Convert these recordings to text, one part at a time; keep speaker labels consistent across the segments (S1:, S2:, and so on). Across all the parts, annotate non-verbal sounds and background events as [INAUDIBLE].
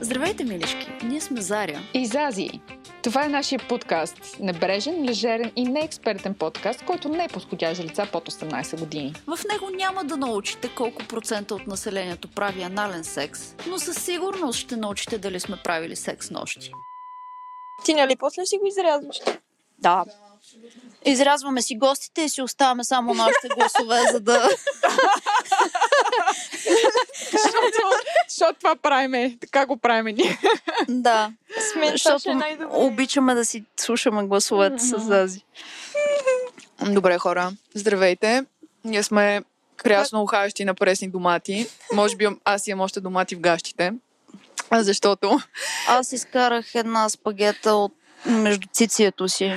S1: Здравейте, милишки! Ние сме Заря.
S2: и Зази. Това е нашия подкаст. Небрежен, лежерен и неекспертен подкаст, който не е подходящ за лица под 18 години.
S1: В него няма да научите колко процента от населението прави анален секс, но със сигурност ще научите дали сме правили секс нощи.
S3: Ти нали после ще го изрязваш?
S4: Да. Изрязваме си гостите и си оставаме само нашите гласове, за да...
S2: [LAUGHS] Защото това правиме, така го правиме ние.
S4: Да.
S3: Сме, това ще е
S4: Защото
S3: най-добре.
S4: обичаме да си слушаме гласовете с Зази.
S5: Добре, хора. Здравейте. Ние сме крясно ухащи на пресни домати. Може би аз имам още домати в гащите. А Защото
S4: Аз изкарах една спагета от между цицието си.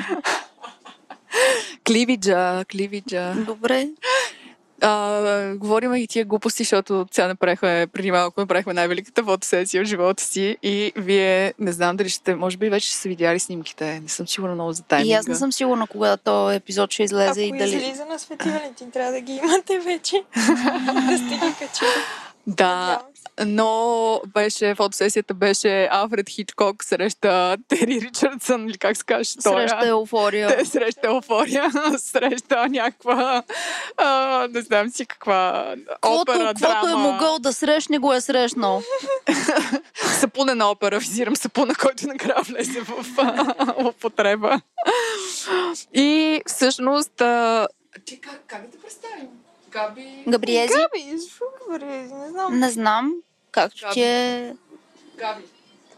S5: кливиджа, кливиджа.
S4: Добре.
S5: А, говорим и тия глупости, защото сега направихме, преди малко направихме най-великата фотосесия в живота си и вие, не знам дали ще, може би вече ще са видяли снимките. Не съм сигурна много за тайминга.
S4: И аз не съм сигурна кога този епизод ще
S3: Ако
S4: излезе и дали...
S3: излиза на светиване, ти трябва да ги имате вече. да сте ги качили.
S5: Да, но беше, фотосесията беше Алфред Хичкок среща Тери Ричардсън, или как се каже?
S4: Среща е еуфория.
S5: Те среща еуфория, [LAUGHS] среща някаква, а, не знам си каква,
S4: Каквото
S5: опера,
S4: каквото е
S5: драма.
S4: могъл да срещне, го е срещнал.
S5: Сапуна на опера, визирам сапуна, който накрая влезе в а, употреба. И всъщност... А... Ти как, как да те представим? Габи...
S4: Габриези?
S3: Габи, защо говори? Не знам.
S4: Не знам. Както ти е...
S5: Габи.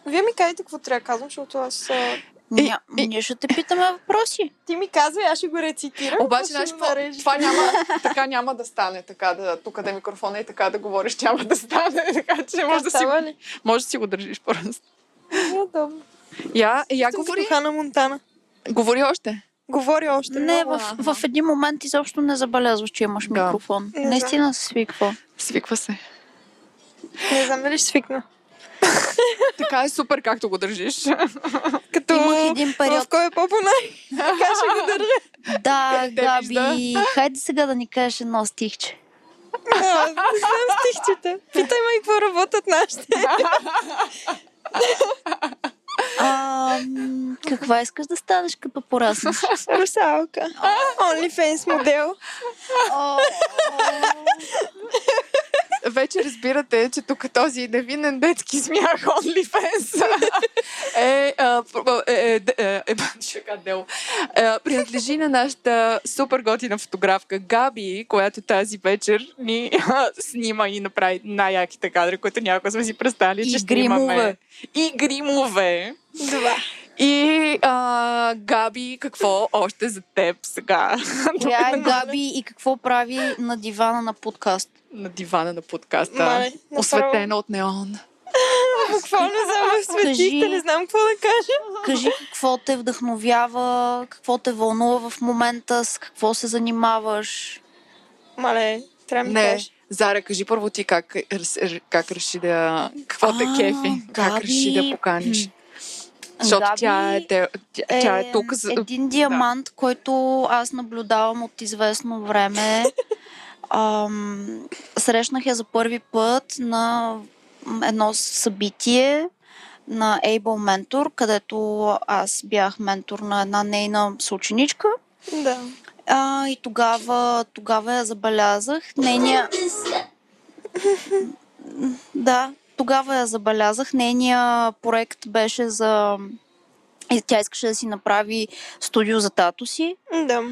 S3: Вие ми кажете какво трябва да казвам, защото аз... а,
S4: Ня... Ние ще те питаме въпроси.
S3: Ти ми казвай, аз ще го рецитирам.
S5: Обаче,
S3: ще
S5: знаеш,
S3: го
S5: какво?
S3: нарежеш.
S5: това няма, така няма да стане, така да, тук да е микрофона и така да говориш, няма да стане, [LAUGHS] така че може да си,
S4: е.
S3: Става ли?
S5: може да си го държиш просто.
S3: Удобно.
S5: Я, я
S3: Тук
S5: говори,
S3: като Хана Монтана.
S5: говори още.
S3: Говори още
S4: Не,
S3: много.
S4: в, в един момент изобщо не забелязваш, че имаш
S5: Да.
S4: микрофон.
S3: Не
S4: Наистина се
S5: [LAUGHS]
S4: свиква.
S5: Свиква се.
S3: Не знам дали ще свикна.
S5: Така е супер, както го държиш.
S3: Като...
S4: Имах един
S3: В
S4: период.
S3: кой е по-понай? Така ще го държа.
S4: Да,
S5: Е, те
S4: Габи,
S5: вижда.
S4: хайде сега да ни кажеш едно стихче.
S3: А, Не знам стихчета. Питай ме и какво работят нашите.
S4: А, м, каква искаш да станеш като [LAUGHS] пораснеш?
S3: Русалка. OnlyFans модел.
S5: Вече разбирате, че тук този невинен детски смях OnlyFans е, а, пр- е, е, е, е, ще кажа дело. Е, принадлежи на нашата супер готина фотографка Габи, която тази вечер ни а, снима и направи най-яките кадри, които някога сме си представили, че
S4: И
S5: ще имаме.
S4: гримове.
S5: И гримове.
S3: Два.
S5: И а, Габи, какво още за теб сега?
S4: Коя е Габи и какво прави на дивана на подкаст?
S5: на дивана на подкаста.
S3: Мале, направо.
S5: осветена от неон.
S3: Буквално
S4: Кажи.
S3: завъсветихте, не знам какво да кажа.
S4: Кажи какво те вдъхновява, какво те вълнува в момента, с какво се занимаваш.
S3: Мале, трябва
S4: Ами
S3: да ми
S5: Не,
S3: кажеш.
S5: Зара, кажи първо ти как, рес- как реши да... Какво те
S4: А,
S5: кефи? Как
S4: Габи. Ами
S5: реши да поканиш? Защото
S4: Габи
S5: тя, е, те- тя, тя е тук... за-
S4: Един диамант, който аз наблюдавам от известно време.
S5: [LAUGHS]
S4: Ам, срещнах я за първи път на едно събитие на Able Mentor, където аз бях ментор на една нейна съученичка.
S3: Да.
S4: А, и тогава, тогава я забелязах. Нейния... Да, тогава я забелязах. Нейния проект беше за... и Тя искаше да си направи студио за тато си.
S3: Да.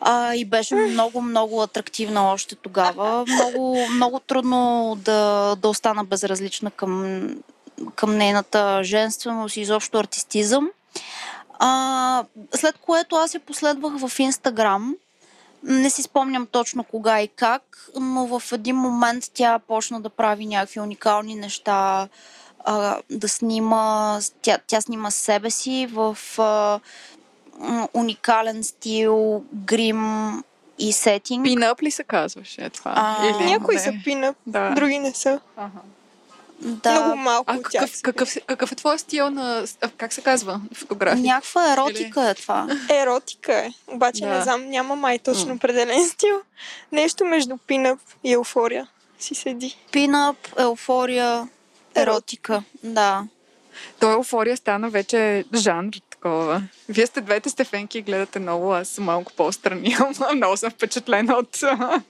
S4: А, и беше много, много атрактивна още тогава. Много, много трудно да, да остана безразлична към, към нейната женственост и изобщо артистизъм. А, след което аз я последвах в Инстаграм. Не си спомням точно кога и как, но в един момент тя почна да прави някакви уникални неща, а, да снима, тя, тя снима себе си в а, м, уникален стил, грим и сетинг.
S5: Пинъп ли се казваше е това?
S4: А,
S5: Или...
S3: Някои
S5: не?
S3: са пинъп,
S5: Да.
S3: други не са.
S5: Ага.
S3: Много
S4: Да,
S3: малко
S5: А
S3: от тях.
S5: какъв, какъв, какъв е твой стил на... а, Как се казва? Фотография?
S4: някаква еротика е това.
S3: Еротика е. Обаче
S5: Да.
S3: не знам, няма май точно определен стил. Нещо между пинъп и еуфория си седи.
S4: Пинъп, еуфория, еротика. Да.
S5: Той еуфория стана вече жанр такова. Вие сте двете стефенки и гледате много, аз съм малко по-страни, [LAUGHS] ама много съм впечатлена от а,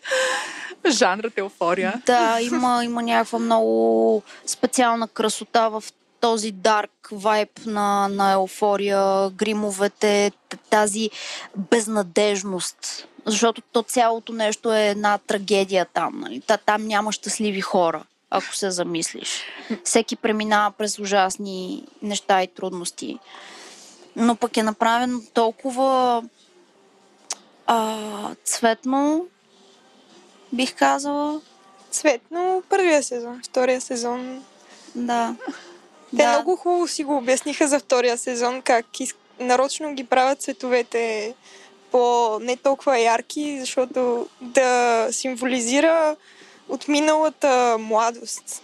S5: жанрът еуфория.
S4: [LAUGHS] Да, има, има някаква много специална красота в този дарк вайб на, на еуфория, гримовете, т- тази безнадежност. Защото то цялото нещо е една трагедия там. Нали? Та, там няма щастливи хора, ако се замислиш. Всеки преминава през ужасни неща и трудности. Но пък е направено толкова а, цветно, бих казала.
S3: Цветно първия сезон, втория сезон.
S4: [LAUGHS] Да.
S3: Те много хубаво си го обясниха за втория сезон, как из... нарочно ги правят цветовете по не толкова ярки, защото да символизира отминалата младост.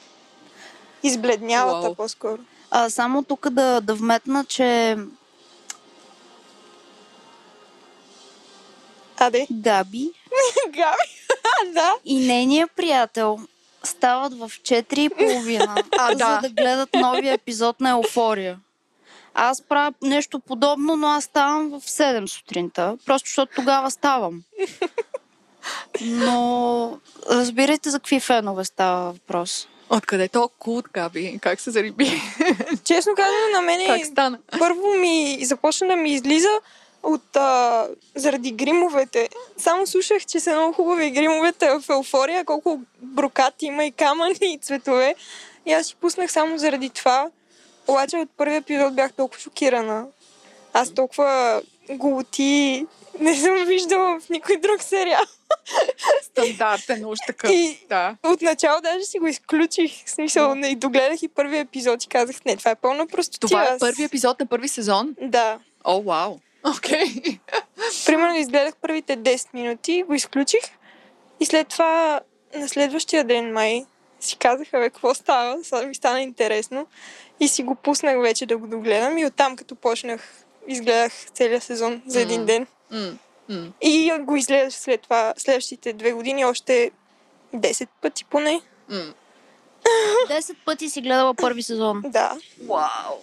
S3: Избледнялата
S6: Уау.
S3: по-скоро.
S4: А, само тук да, да вметна, че
S3: Аде, [LAUGHS]
S4: Габи
S3: Габи. А, да.
S4: и нейният приятел стават в 4.30, [LAUGHS] а,
S5: да.
S4: за да гледат новия епизод на Еуфория. Аз правя нещо подобно, но аз ставам в 7 сутринта, просто защото тогава [LAUGHS] ставам. Но разбирайте за какви фенове става въпрос.
S5: Откъде е то култ, Габи? Как се зариби?
S3: Честно казано, на мен е
S5: Как стана?
S3: първо ми започна да ми излиза от, а, заради гримовете. Само слушах, че са много хубави гримовете в Еуфория, колко брокати има и камъни и цветове. И аз си пуснах само заради това. Обаче от първия епизод бях толкова шокирана. Аз толкова голоти не съм виждала в никой друг сериал.
S5: Стандартен, уж такъв.
S3: И-
S5: Да.
S3: Отначало даже си го изключих. В смисъл, не догледах и първия епизод и казах, не, това е пълна просто
S5: Това е първи епизод на първи сезон.
S3: Да.
S5: О, вау. Окей.
S3: Примерно изгледах първите 10 минути, го изключих и след това на следващия ден май си казаха, бе, какво става, сега ми стана интересно и си го пуснах вече да го догледам и оттам като почнах изгледах целия сезон за един
S5: М.
S3: ден
S5: М, м.
S3: и го изгледах след това следващите две години още 10 пъти поне.
S4: 10 пъти си гледала първи сезон.
S3: Да.
S4: Вау!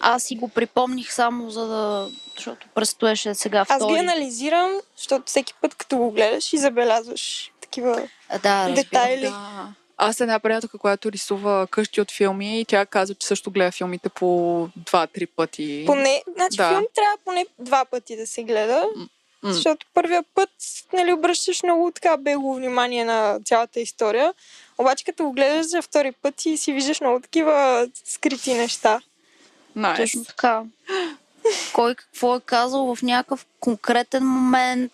S4: Аз си го припомних само за да... Защото предстоеше сега втори.
S3: Аз ги анализирам, защото всеки път като го гледаш и забелязваш такива
S4: Да, разбирам.
S3: детайли.
S5: Да. Аз е една приятелка, която рисува къщи от филми и тя казва, че също гледа филмите по два-три пъти.
S3: Поне, значи
S5: Да.
S3: да. филм трябва поне два пъти да се гледа,
S5: м.
S3: защото първия път нали, обръщаш много така бегло внимание на цялата история, обаче като го гледаш за втори път и си виждаш много такива скрити неща.
S5: Найс.
S4: Точно така. Кой какво е казал в някакъв конкретен момент.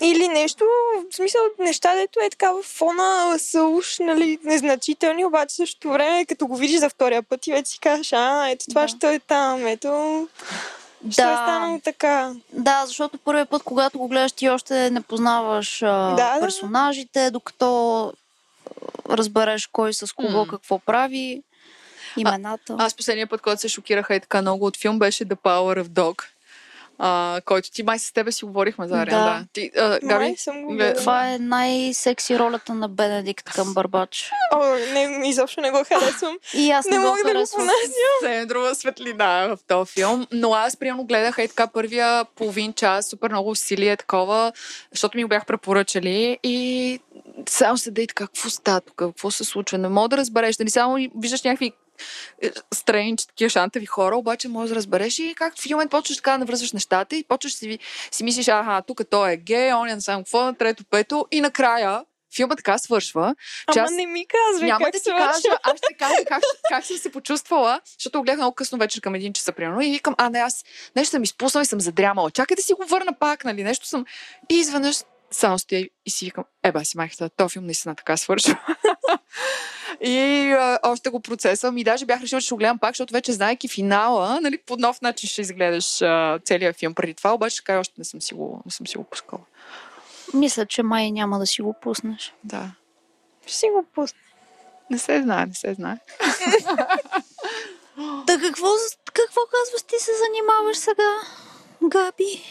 S3: Или нещо, в смисъл неща, дето е така в фона са уж нали, незначителни, обаче в същото време като го видиш за втория път и вече си кажеш, а, ето това
S4: Да.
S3: ще е там, ето ще е
S4: Да,
S3: станало така.
S4: да, защото първия път, когато го гледаш, ти още не познаваш а,
S3: Да, да.
S4: персонажите, докато а, разбереш кой с кого
S5: М.
S4: какво прави, имената.
S5: Аз последния път, когато се шокираха и така много от филм, беше The Power of Dog, а, който ти май с тебе си говорихме, Заря. Да.
S4: Да.
S5: да. Ти, а,
S3: Май
S5: Габи,
S3: съм го
S5: гле-
S3: гледала.
S4: Това е най-секси ролята на Бенедикт Къмбърбач.
S3: О, не, изобщо не го харесвам.
S4: И аз не,
S3: не
S4: го
S3: мога да го
S4: харесвам.
S3: понася.
S5: се е друга светлина в този филм. Но аз приемно гледах и така първия половин час, супер много усилие такова, защото ми го бях препоръчали и само се и така, какво става тук, какво се случва, не мога да разбереш, нали само виждаш някакви стрейндж, такива шантави хора, обаче можеш да разбереш и как в момент почваш така да навръзваш нещата и почваш си, ви- си мислиш, аха, тук той е гей, он е не знам какво, на трето, пето и накрая филма така свършва, че
S3: Ама
S5: аз
S3: не ми казвай
S5: няма
S3: как
S5: да ти
S3: се върши.
S5: кажа, аз ще кажа как, как съм се почувствала, защото го гледах много късно вечер към един часа, примерно, и викам, а не, аз нещо съм изпуснала и съм задрямала. Чакай да си го върна пак, нали, нещо съм. И изведнъж само стоя и си викам, еба си майката, то филм наистина така свършва. [LAUGHS] и а, още го процесвам и даже бях решила, че ще го гледам пак, защото вече знаеки финала, нали, по нов начин ще изгледаш а, целият филм преди това, обаче така още не съм си го, не съм си го пускала.
S4: Мисля, че май няма да си го пуснеш.
S5: Да.
S3: Ще си го пусна.
S5: Не се знае, не се знае.
S4: Та какво, какво казваш, ти се занимаваш сега, Габи?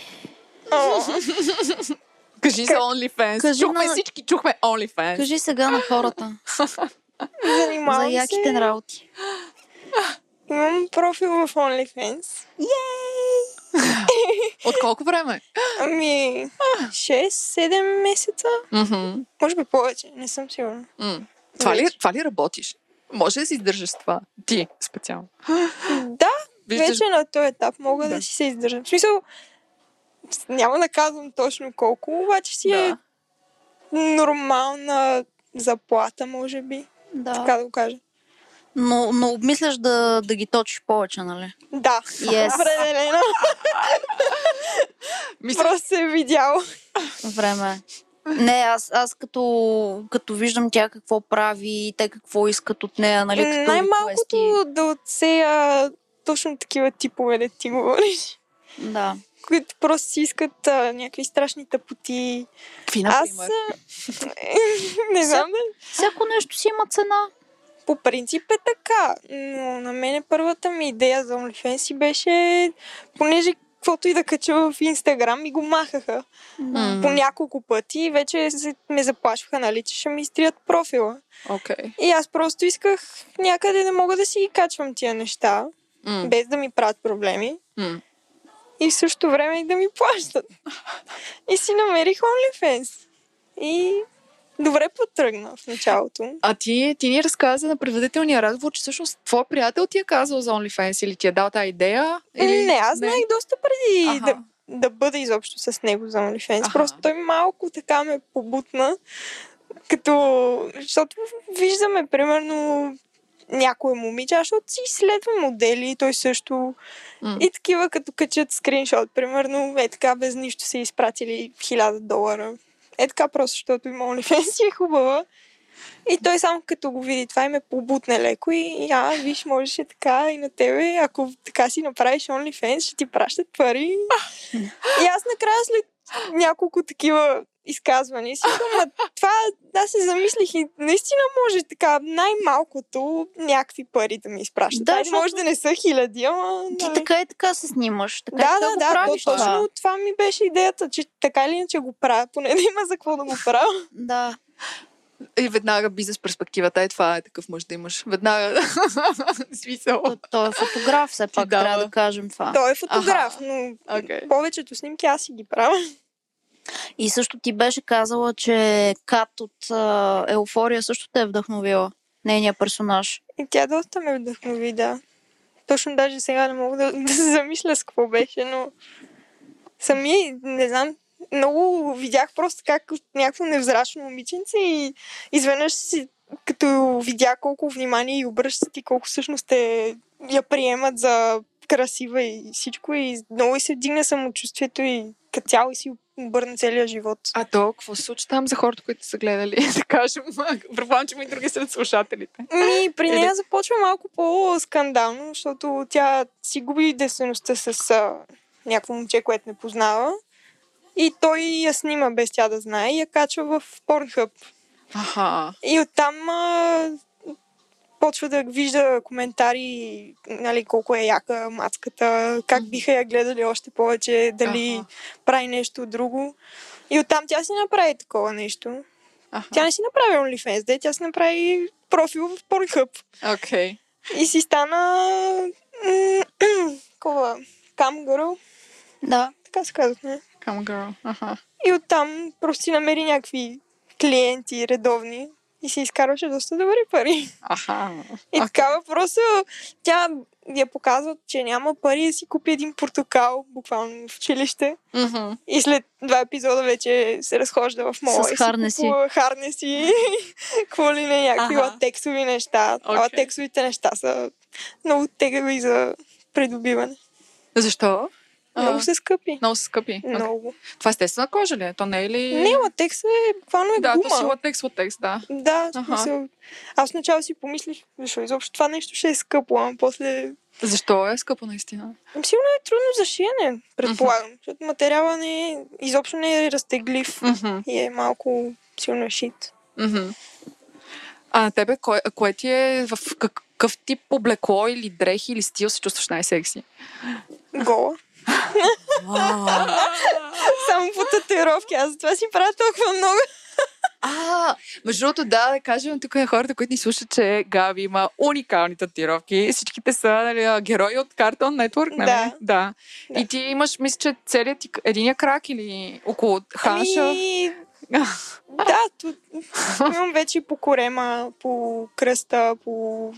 S3: О,
S5: Кажи за OnlyFans.
S4: Кажи
S5: чухме
S4: на-
S5: всички, чухме OnlyFans.
S4: Кажи сега на хората
S3: занимавам
S4: за
S3: се.
S4: яките работи.
S3: Имам профил в OnlyFans.
S5: От колко време?
S3: Ами, 6-7 месеца.
S5: Мгм.
S3: Може би повече, не съм сигурна.
S5: М. Това ли,
S3: Вече.
S5: това ли работиш? Може да си издържаш с това? Ти [GASPS] специално.
S3: Да,
S5: Виждаш,
S3: Вече на този етап мога да,
S5: Да.
S3: си се издържам. В смисъл, с- няма да казвам точно колко, обаче си е
S5: Да.
S3: нормална заплата, може би.
S1: Да.
S3: Така да го кажа.
S1: Но, но обмисляш да, да ги точиш повече, нали?
S3: Да,
S1: Yes,
S3: [LAUGHS] определено.
S5: [LAUGHS] Мисля,
S3: Просто се е видяло.
S1: време е. Не, аз, аз като, като виждам тя какво прави, те какво искат от нея, нали? Като
S3: Най-малкото да отсея точно такива типове, да ти говориш.
S1: request-и. Да.
S3: [LAUGHS] Които просто си искат а, някакви страшни тъпоти.
S5: какви,
S3: Аз [LAUGHS]
S5: например?
S3: а, не знам да
S1: Всяко нещо си има цена.
S3: По принцип е така, но на мене първата ми идея за OnlyFans си беше, понеже каквото и да кача в Инстаграм ми го махаха
S5: М.
S3: по няколко пъти и вече се- ме заплашваха, нали, че ще ми изтрият профила.
S5: Окей.
S3: И аз просто исках някъде да мога да си ги качвам тия неща,
S5: М.
S3: без да ми правят проблеми
S5: М.
S3: и в същото време и да ми плащат. И си намерих OnlyFans. И добре потръгна в началото.
S5: А ти, ти ни разказа на предварителния разговор, че всъщност твой приятел ти е казал за OnlyFans или ти е дал тази идея? Или...
S3: Или... Не, аз знаех доста преди
S5: Аха.
S3: да, да бъда изобщо с него за OnlyFans.
S5: Аха.
S3: Просто той малко така ме побутна, като... Защото виждаме, примерно, някое момиче, аз защото си следвам модели, и той също.
S5: М.
S3: И такива, като качат скриншот, примерно, е така, без нищо са изпратили 1000 долара. Е така просто, защото има OnlyFans и е хубава. И той само като го види това и ме побутне леко и а, виж, можеше така и на тебе, ако така си направиш OnlyFans, ще ти пращат пари. и аз накрая след няколко такива изказвания си, викам, ма това аз се замислих и наистина може така най-малкото някакви пари да ми изпращат.
S1: Да,
S3: Да, Айде,
S1: защото-
S3: може да не са хиляди, ама...
S1: Ти
S3: нали.
S1: така и така се снимаш. Така
S3: Да,
S1: и така
S3: да,
S1: го
S3: да, то,
S1: правиш нали? това.
S3: точно това ми беше идеята, че така или иначе го правя, поне да има за какво да го правя.
S1: Да.
S5: И веднага бизнес перспективата е това, е такъв мъж да имаш. Веднага. [LAUGHS] Смисъл.
S1: Той, той е фотограф, все пак
S5: дава.
S1: трябва да кажем това.
S3: Той е фотограф,
S5: Аха.
S3: но
S5: Окей.
S3: повечето снимки аз си ги правя.
S1: И също ти беше казала, че Кат от а, Еуфория също те е вдъхновила. Нейният персонаж.
S3: И тя доста ме вдъхнови, да. Точно даже сега не мога да, [LAUGHS] да се замисля с какво беше, но сами, не знам, много видях просто как някакво невзрачно момиченце и изведнъж си, като видя колко внимание и обръщат и колко всъщност те я приемат за красива и всичко и много и се вдигна самочувствието и като цяло и си обърна целия живот.
S5: А то, какво се случи там за хората, които са гледали, [LAUGHS] да кажем? Предполагам, че има и други сред слушателите.
S3: Ми, Ами, при
S5: Или-
S3: нея започва малко по-скандално, защото тя си губи девствеността с а, някакво момче, което не познава. И той я снима без тя да знае и я качва в Pornhub.
S5: Аха.
S3: И оттам а, почва да вижда коментари, нали, колко е яка мацката, как биха я гледали още повече, дали
S5: Аха.
S3: прави нещо друго. И оттам тя си направи такова нещо.
S5: Аха.
S3: Тя не си направи OnlyFans, де, тя си направи профил в Pornhub.
S5: Окей.
S3: И си стана... м, Такова... Камгърл.
S1: Да.
S3: Така се казвахме.
S5: Come girl. Аха.
S3: И оттам просто си намери някакви клиенти редовни. И си изкарваше доста добри пари.
S5: Аха.
S3: И
S5: Окей.
S3: okay. такава просто... Тя я показва, че няма пари да си купи един портокал, буквално в училище.
S5: Мгм.
S3: И след два епизода вече се разхожда в мола.
S1: С
S3: и
S1: харнеси.
S3: Си купува харнеси. [LAUGHS] Какво ли не, някакви
S5: Аха.
S3: латексови неща.
S5: Окей.
S3: Okay. Латексовите неща са много тегави за придобиване.
S5: Защо? А,
S3: Много са скъпи.
S5: Много са скъпи. Окей.
S3: Много.
S5: Това е естествена кожа ли? е? То не е ли...
S3: Не, латекс е буквално е
S5: да,
S3: гума.
S5: то си латекс, латекс, да.
S3: Да, в
S5: Аха.
S3: смисъл. Аз начало си помислих, защо изобщо това нещо ще е скъпо, ама после...
S5: Защо е скъпо наистина?
S3: Ами, Сигурно е трудно за шиене, предполагам. Защото материала не е, изобщо не е разтеглив
S5: Мгм.
S3: и е малко силно е шит.
S5: Мгм. А на тебе, кое, кое ти е в какъв тип облекло или дрехи или стил се чувстваш най-секси?
S3: Гола. [LAUGHS] Само по татуировки. Аз затова си правя толкова много.
S5: А, Между другото, да, да кажем тук на хората, които ни слушат, че Габи има уникални татировки. Всичките са нали, а, герои от Cartoon Network, нали?
S3: Да.
S5: да.
S3: Да.
S5: И ти имаш, мисля, че целият ти единия крак или около ханша.
S3: Ами, да, тут, имам вече по корема, по кръста, по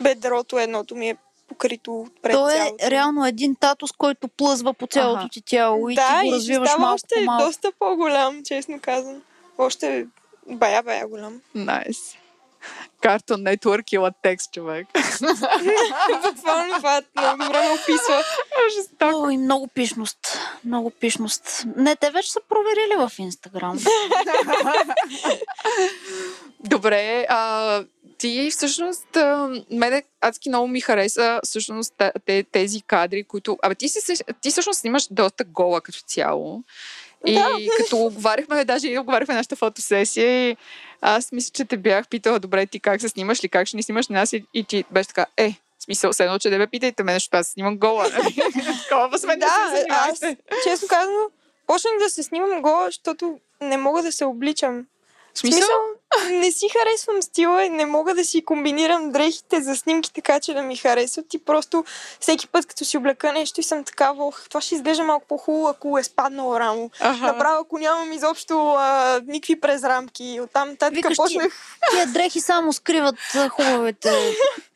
S3: бедрото едното ми е покрито пред
S1: То е
S3: цялото.
S1: реално един татус, който плъзва по цялото
S5: Аха.
S1: ти тяло и
S3: да,
S1: ти го
S3: и е ще
S1: развиваш
S3: става
S1: малко
S3: още
S1: по малко.
S3: доста по-голям, честно казвам. Още бая-бая голям.
S5: Найс. Cartoon Network и латекс, човек.
S3: Буквално това много добре ме описва.
S5: Жестоко.
S1: О, и много пишност. Много пишност. Не, те вече са проверили в
S3: [LAUGHS]
S1: Инстаграм.
S5: Добре, а, ти всъщност, а, мене адски много ми хареса всъщност та- те, тези кадри, които... Абе, ти, си, се- ти всъщност снимаш доста гола като цяло. И като оговаряхме, даже и оговаряхме нашата фотосесия и аз мисля, че те бях питала, добре, ти как се снимаш ли, как ще ни снимаш на нас и, и ти беше така, е, в смисъл, седно, че не ме питайте мен, защото аз снимам гола.
S3: [LAUGHS]
S5: нали? Такова сме да,
S3: Да,
S5: се
S3: аз,
S5: занимавате.
S3: честно казано, почнах да се снимам гола, защото не мога да се обличам.
S5: В смисъл?
S3: не си харесвам стила и не мога да си комбинирам дрехите за снимки така, че да ми харесват. И просто всеки път, като си облека нещо и съм такава, ох, това ще изглежда малко по-хубаво, ако е спаднало рамо.
S5: Аха.
S3: Направо, ако нямам изобщо а, никакви презрамки. Оттам нататък
S1: Викаш ти-
S3: почнах
S1: Тия дрехи само скриват а,
S3: [LAUGHS]
S1: хубавите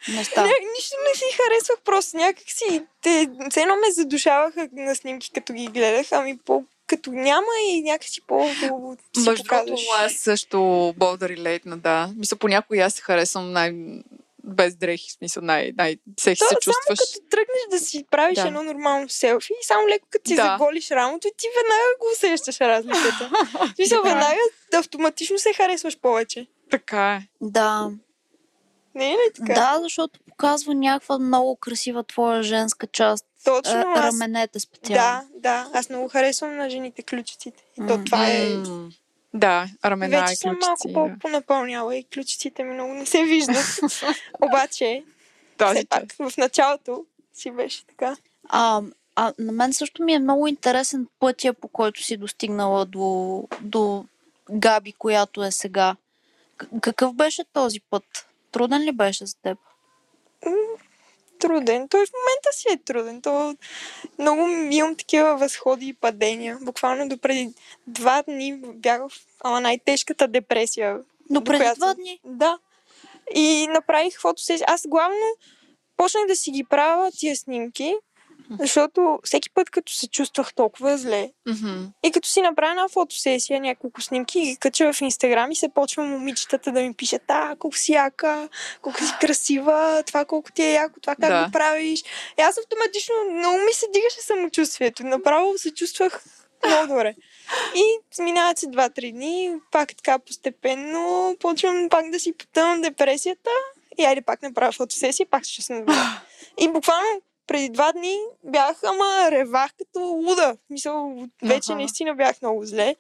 S1: неща.
S3: Не, Е, нищо не си харесвах, просто някак си. Те все едно ме задушаваха на снимки, като ги гледах, ами по като няма и някакси по-хубаво си
S5: Между
S3: показваш.
S5: другото, аз също болда релейтна, да. Мисля, понякога и аз се харесвам най... без дрехи, в смисъл най... най... всеки
S3: То
S5: се
S3: само
S5: чувстваш.
S3: Като тръгнеш да си правиш
S5: Да.
S3: едно нормално селфи и само леко като си
S5: Да.
S3: заголиш рамото, ти веднага го усещаш
S5: [LAUGHS]
S3: разликата. В Смисъл,
S5: Така е.
S3: веднага автоматично се харесваш повече.
S5: Така е.
S1: Да.
S3: Не е ли така?
S1: Да, защото показва някаква много красива твоя женска част.
S3: Точно
S1: А,
S3: аз.
S1: раменете специално.
S3: Да, да. Аз много харесвам на жените ключиците. И то
S1: М.
S3: това е...
S5: М, Да, рамена
S3: Вече
S5: и
S3: съм
S5: ключици.
S3: малко
S5: да.
S3: по-понапълняла и ключиците ми много не се
S5: [LAUGHS]
S3: виждат. Обаче,
S5: Този
S3: все пак, в началото си беше така.
S1: А, а на мен също ми е много интересен пътя, по който си достигнала до, до Габи, която е сега. К- какъв беше този път? Труден ли беше за теб?
S3: Труден. Той в момента си е труден. То много ми- имам такива възходи и падения. Буквално до преди два дни бях в ама, най-тежката депресия.
S1: Но
S3: до
S1: преди
S3: която-
S1: два дни.
S3: Да. И направих фотосесия. Аз главно почнах да си ги правя тия снимки, защото всеки път, като се чувствах толкова зле,
S5: Мгм.
S3: И като си направя една фотосесия, няколко снимки, ги кача в Инстаграм и се почва момичетата да ми пишат, а, колко си яка, колко си красива, това колко ти е яко, това как
S5: Да.
S3: го правиш. И аз автоматично много ми се дигаше самочувствието. Направо се чувствах много добре. И минават се 2-3 дни, пак така постепенно почвам пак да си потъвам деprесията и айде пак направя фотосесия, пак ще съм добре. И буквално преди два дни бях, ама ревах като луда. Мисъл, вече
S5: Аха.
S3: наистина бях много зле.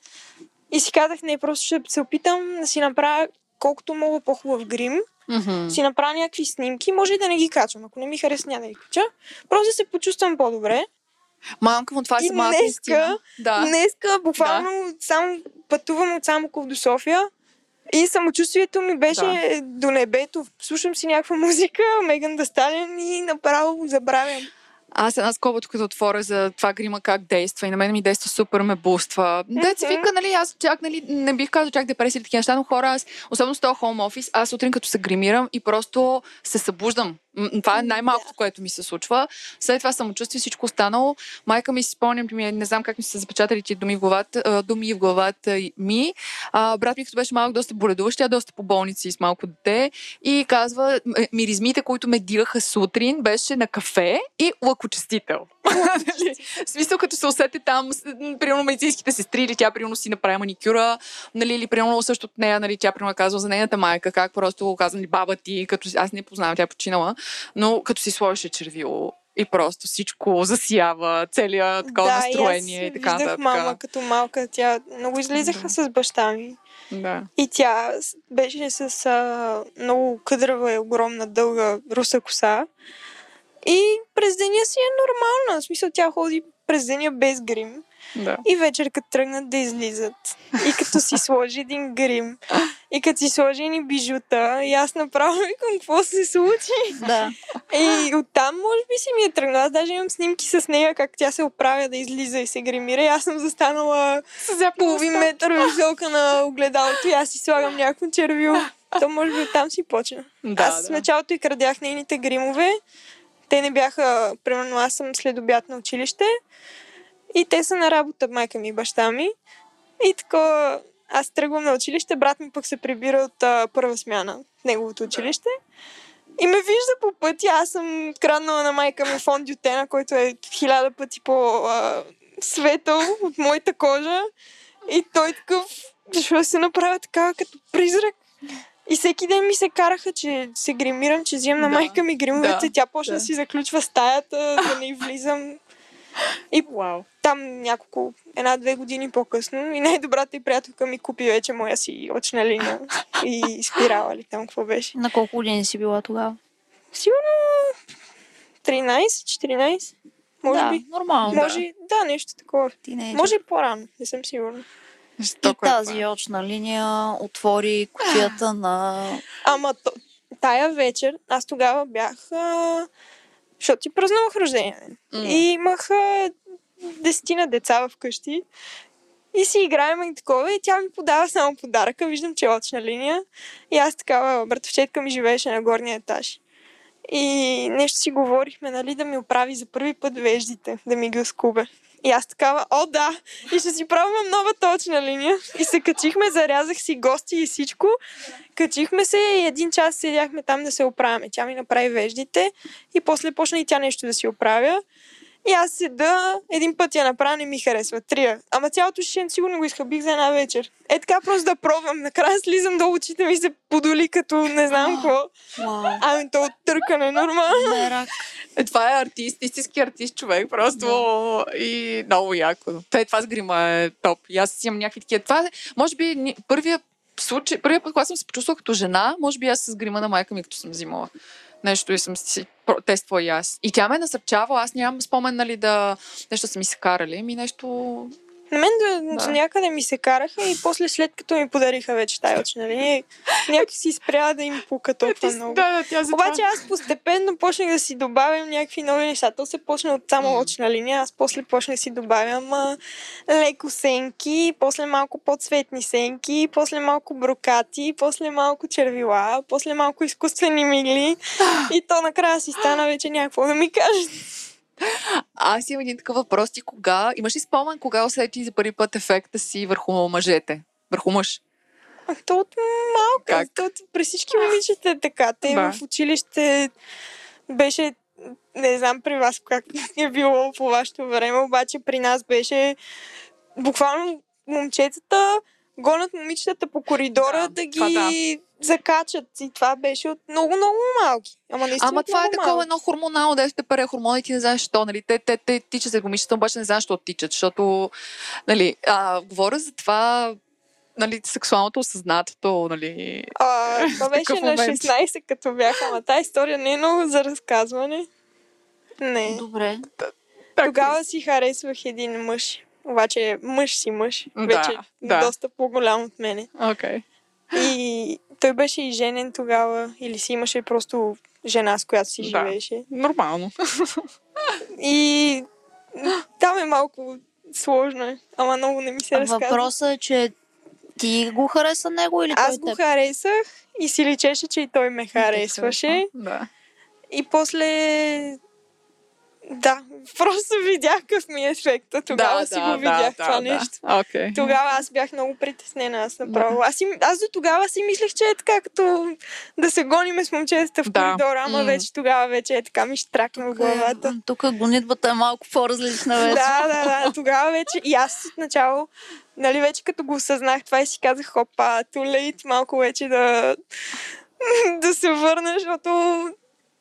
S3: И си казах, не, просто ще се опитам да си направя колкото мога по-хубав грим,
S5: Мгм.
S3: си направя някакви снимки, може и да не ги качвам, ако не ми харесва, няма да ги кача. Просто да се почувствам по-добре.
S5: Малко му това
S3: И
S5: са малко
S3: днеска-
S5: истина. Да.
S3: Днеска буквално само пътувам от Самоков до София и самочувствието ми беше
S5: Да.
S3: до небето. Слушам си някаква музика, Меган да станем и направо забравям.
S5: Аз една скоба тук да отворя за това грима как действа и на мен ми действа супер, ме буства. Деца
S3: Мгм.
S5: вика, нали, аз чак, нали, не бих казал чак депресия и такива неща, но хора, аз, особено с този хоум офис, аз сутрин като се гримирам и просто се събуждам. М, Това е най-малкото, което ми се случва. След това самочувствие и всичко останало. Майка ми си спомням, че ми, е- не знам как ми са запечатали тия думи в главата, а, думи в главата и- ми. А, брат ми като беше малък, доста боледуващ, тя доста по болници и с малко дете. И казва, м- е, миризмите, които ме дигаха сутрин, беше на кафе и лъкочистител. [LAUGHS] Нали? в смисъл, като се усети там, с- м, примерно медицинските сестри, или тя примерно си направи маникюра, нали, или примерно също от нея, нали, тя примерно казва за нейната майка, как просто казвам ли баба ти, като си- аз не я познавам, тя е починала, но като си сложеше червило и просто всичко засиява, целият такова
S3: да,
S5: настроение
S3: и,
S5: и,
S3: аз
S5: така
S3: виждах
S5: нататък.
S3: мама като малка. Тя много излизаха
S5: Да.
S3: с баща ми.
S5: Да.
S3: И тя с- беше с а, много къдрава и огромна дълга руса коса. И през деня си е нормална. В смисъл тя ходи през деня без грим.
S5: Да.
S3: И вечер като тръгнат да излизат. И като си сложи един грим. и като си сложи ни бижута. И аз направо викам, какво се случи?
S1: Да.
S3: И оттам, може би, си ми е тръгнала. Аз даже имам снимки с нея, как тя се оправя да излиза и се гримира. И аз съм застанала
S5: С
S3: половин метър в зълка на огледалото и аз си слагам някакво червило. То може би оттам си почна.
S5: Да,
S3: аз в
S5: да.
S3: началото и крадях нейните гримове. Те не бяха, примерно аз съм след обяд на училище и те са на работа, майка ми и баща ми. И така, аз тръгвам на училище, брат ми пък се прибира от а, първа смяна в неговото училище. И ме вижда по пътя, аз съм краднала на майка ми фон дютена, който е хиляда пъти по а, светъл от моята кожа. И той такъв, защо се направя такава като призрак? И всеки ден ми се караха, че се гримирам, че взимам на
S5: Да.
S3: майка ми гримовете.
S5: Да.
S3: Тя почна
S5: Да.
S3: да си заключва стаята, да не й влизам. И
S5: Вау.
S3: там няколко, една-две години по-късно и най-добрата и приятелка ми купи вече моя си очна линия и спирала ли там какво беше.
S1: На колко години си била тогава?
S3: Сигурно 13-14, може
S1: да,
S3: би.
S1: нормално.
S3: Може, да, ну нещо такова.
S1: Тинейджър.
S3: Може и по-рано, не съм сигурна.
S1: И
S5: Жестоко е това.
S1: тази очна линия отвори кутията на...
S3: Ама то, тая вечер, аз тогава бях, а, защото си празнувах рождения ден.
S5: М.
S3: И имах а, десетина деца вкъщи. И си играем и такова. И тя ми подава само подаръка. Виждам, че е очна линия. И аз такава, братовчетка ми живееше на горния етаж. И нещо си говорихме, нали, да ми оправи за първи път веждите, да ми ги оскубе. И аз такава, о да, и ще си пробвам нова точна линия. И се качихме, зарязах си гости и всичко. Качихме се и един час седяхме там да се оправяме. Тя ми направи веждите и после почна и тя нещо да си оправя. И аз седа, един път я направя, не ми харесва. Трия. Ама цялото шишен сигурно го изхабих за една вечер. Е така просто да пробвам. Накрая слизам до очите ми се подоли като не знам какво.
S1: Вау.
S3: Ами то от търкане, нормално.
S1: Мерак.
S5: Е, това е артист, истински артист човек, просто и много яко. Те, това с грима е топ. И аз си имам някакви такива. Това е, може би, ни- първия случай, първия път, когато съм се почувствала като жена, може би аз с грима на майка ми, като съм взимала нещо и съм си про- тествала и аз. И тя ме насърчава, аз нямам спомен, нали, да нещо са ми се карали, ми нещо...
S3: На мен до,
S5: Да.
S3: до някъде ми се караха и после след като ми подариха вече тая очна линия, някак си спря да им пука толкова много.
S5: Е, да, тя за
S3: Обаче аз постепенно почнах да си добавям някакви нови неща. То се почна от само
S5: Мгм.
S3: очна линия, аз после почнах да си добавям а, леко сенки, после малко по-цветни сенки, после малко брокати, после малко червила, после малко изкуствени
S5: [LAUGHS]
S3: мигли и то накрая си стана вече някакво да ми кажат.
S5: Аз имам един такъв въпрос. Ти кога... Имаш ли спомен, кога усети за първи път ефекта си върху мъжете? Върху мъж?
S3: А то от малка.
S5: Как?
S3: То от, при всички момичета е така. Те
S5: Да.
S3: в училище беше... Не знам при вас как е било по вашето време, обаче при нас беше буквално момчетата гонят момичетата по коридора да,
S5: Да,
S3: да ги
S5: това
S3: закачат. И това беше от много-много малки. Ама наистина
S5: Ама
S3: от
S5: това е
S3: много
S5: такова
S3: малки.
S5: едно хормонално, да те паре хормони, ти не знаеш защо, нали? Те, те, те тичат за момичета, обаче не знаеш защо тичат, защото, нали, а, говоря за това, нали, сексуалното осъзнатото, нали, [LAUGHS]
S3: А, това беше
S5: такъв
S3: на
S5: момент.
S3: 16, като бяха. Ама тази история не е много за разказване. Не.
S4: Добре.
S3: Тогава си харесвах един мъж. Обаче мъж си мъж.
S5: Да,
S3: Вече
S5: да.
S3: доста по-голям от мене.
S5: Окей.
S3: И той беше и женен тогава. Или си имаше просто жена, с която си
S5: Да.
S3: живееше.
S5: Нормално.
S3: И там е малко сложно. Ама много не ми се разказва.
S1: Въпросът е, че ти го хареса него
S4: е
S1: или
S3: Аз
S1: той
S3: го
S1: те?
S3: харесах и си личеше, че и той ме харесваше.
S5: Да.
S3: И после... Да, [LAUGHS] просто видях какъв ми е ефекта. Тогава
S5: да,
S3: си
S5: да,
S3: го
S5: да,
S3: видях
S5: да,
S3: това
S5: да.
S3: нещо.
S5: Окей.
S3: Тогава аз бях много притеснена. Аз направо. Аз, си, аз до тогава си мислех, че е така, като да се гониме с момчетата в
S5: Да.
S3: коридора, ама
S5: М.
S3: вече тогава вече е така ми штракна в главата.
S4: Тук гонитбата е малко по-различна вече.
S3: Да, да, да. Тогава вече и аз отначало, нали, вече като го осъзнах това и си казах, хопа, too late, малко вече да, [LAUGHS] да се върна, защото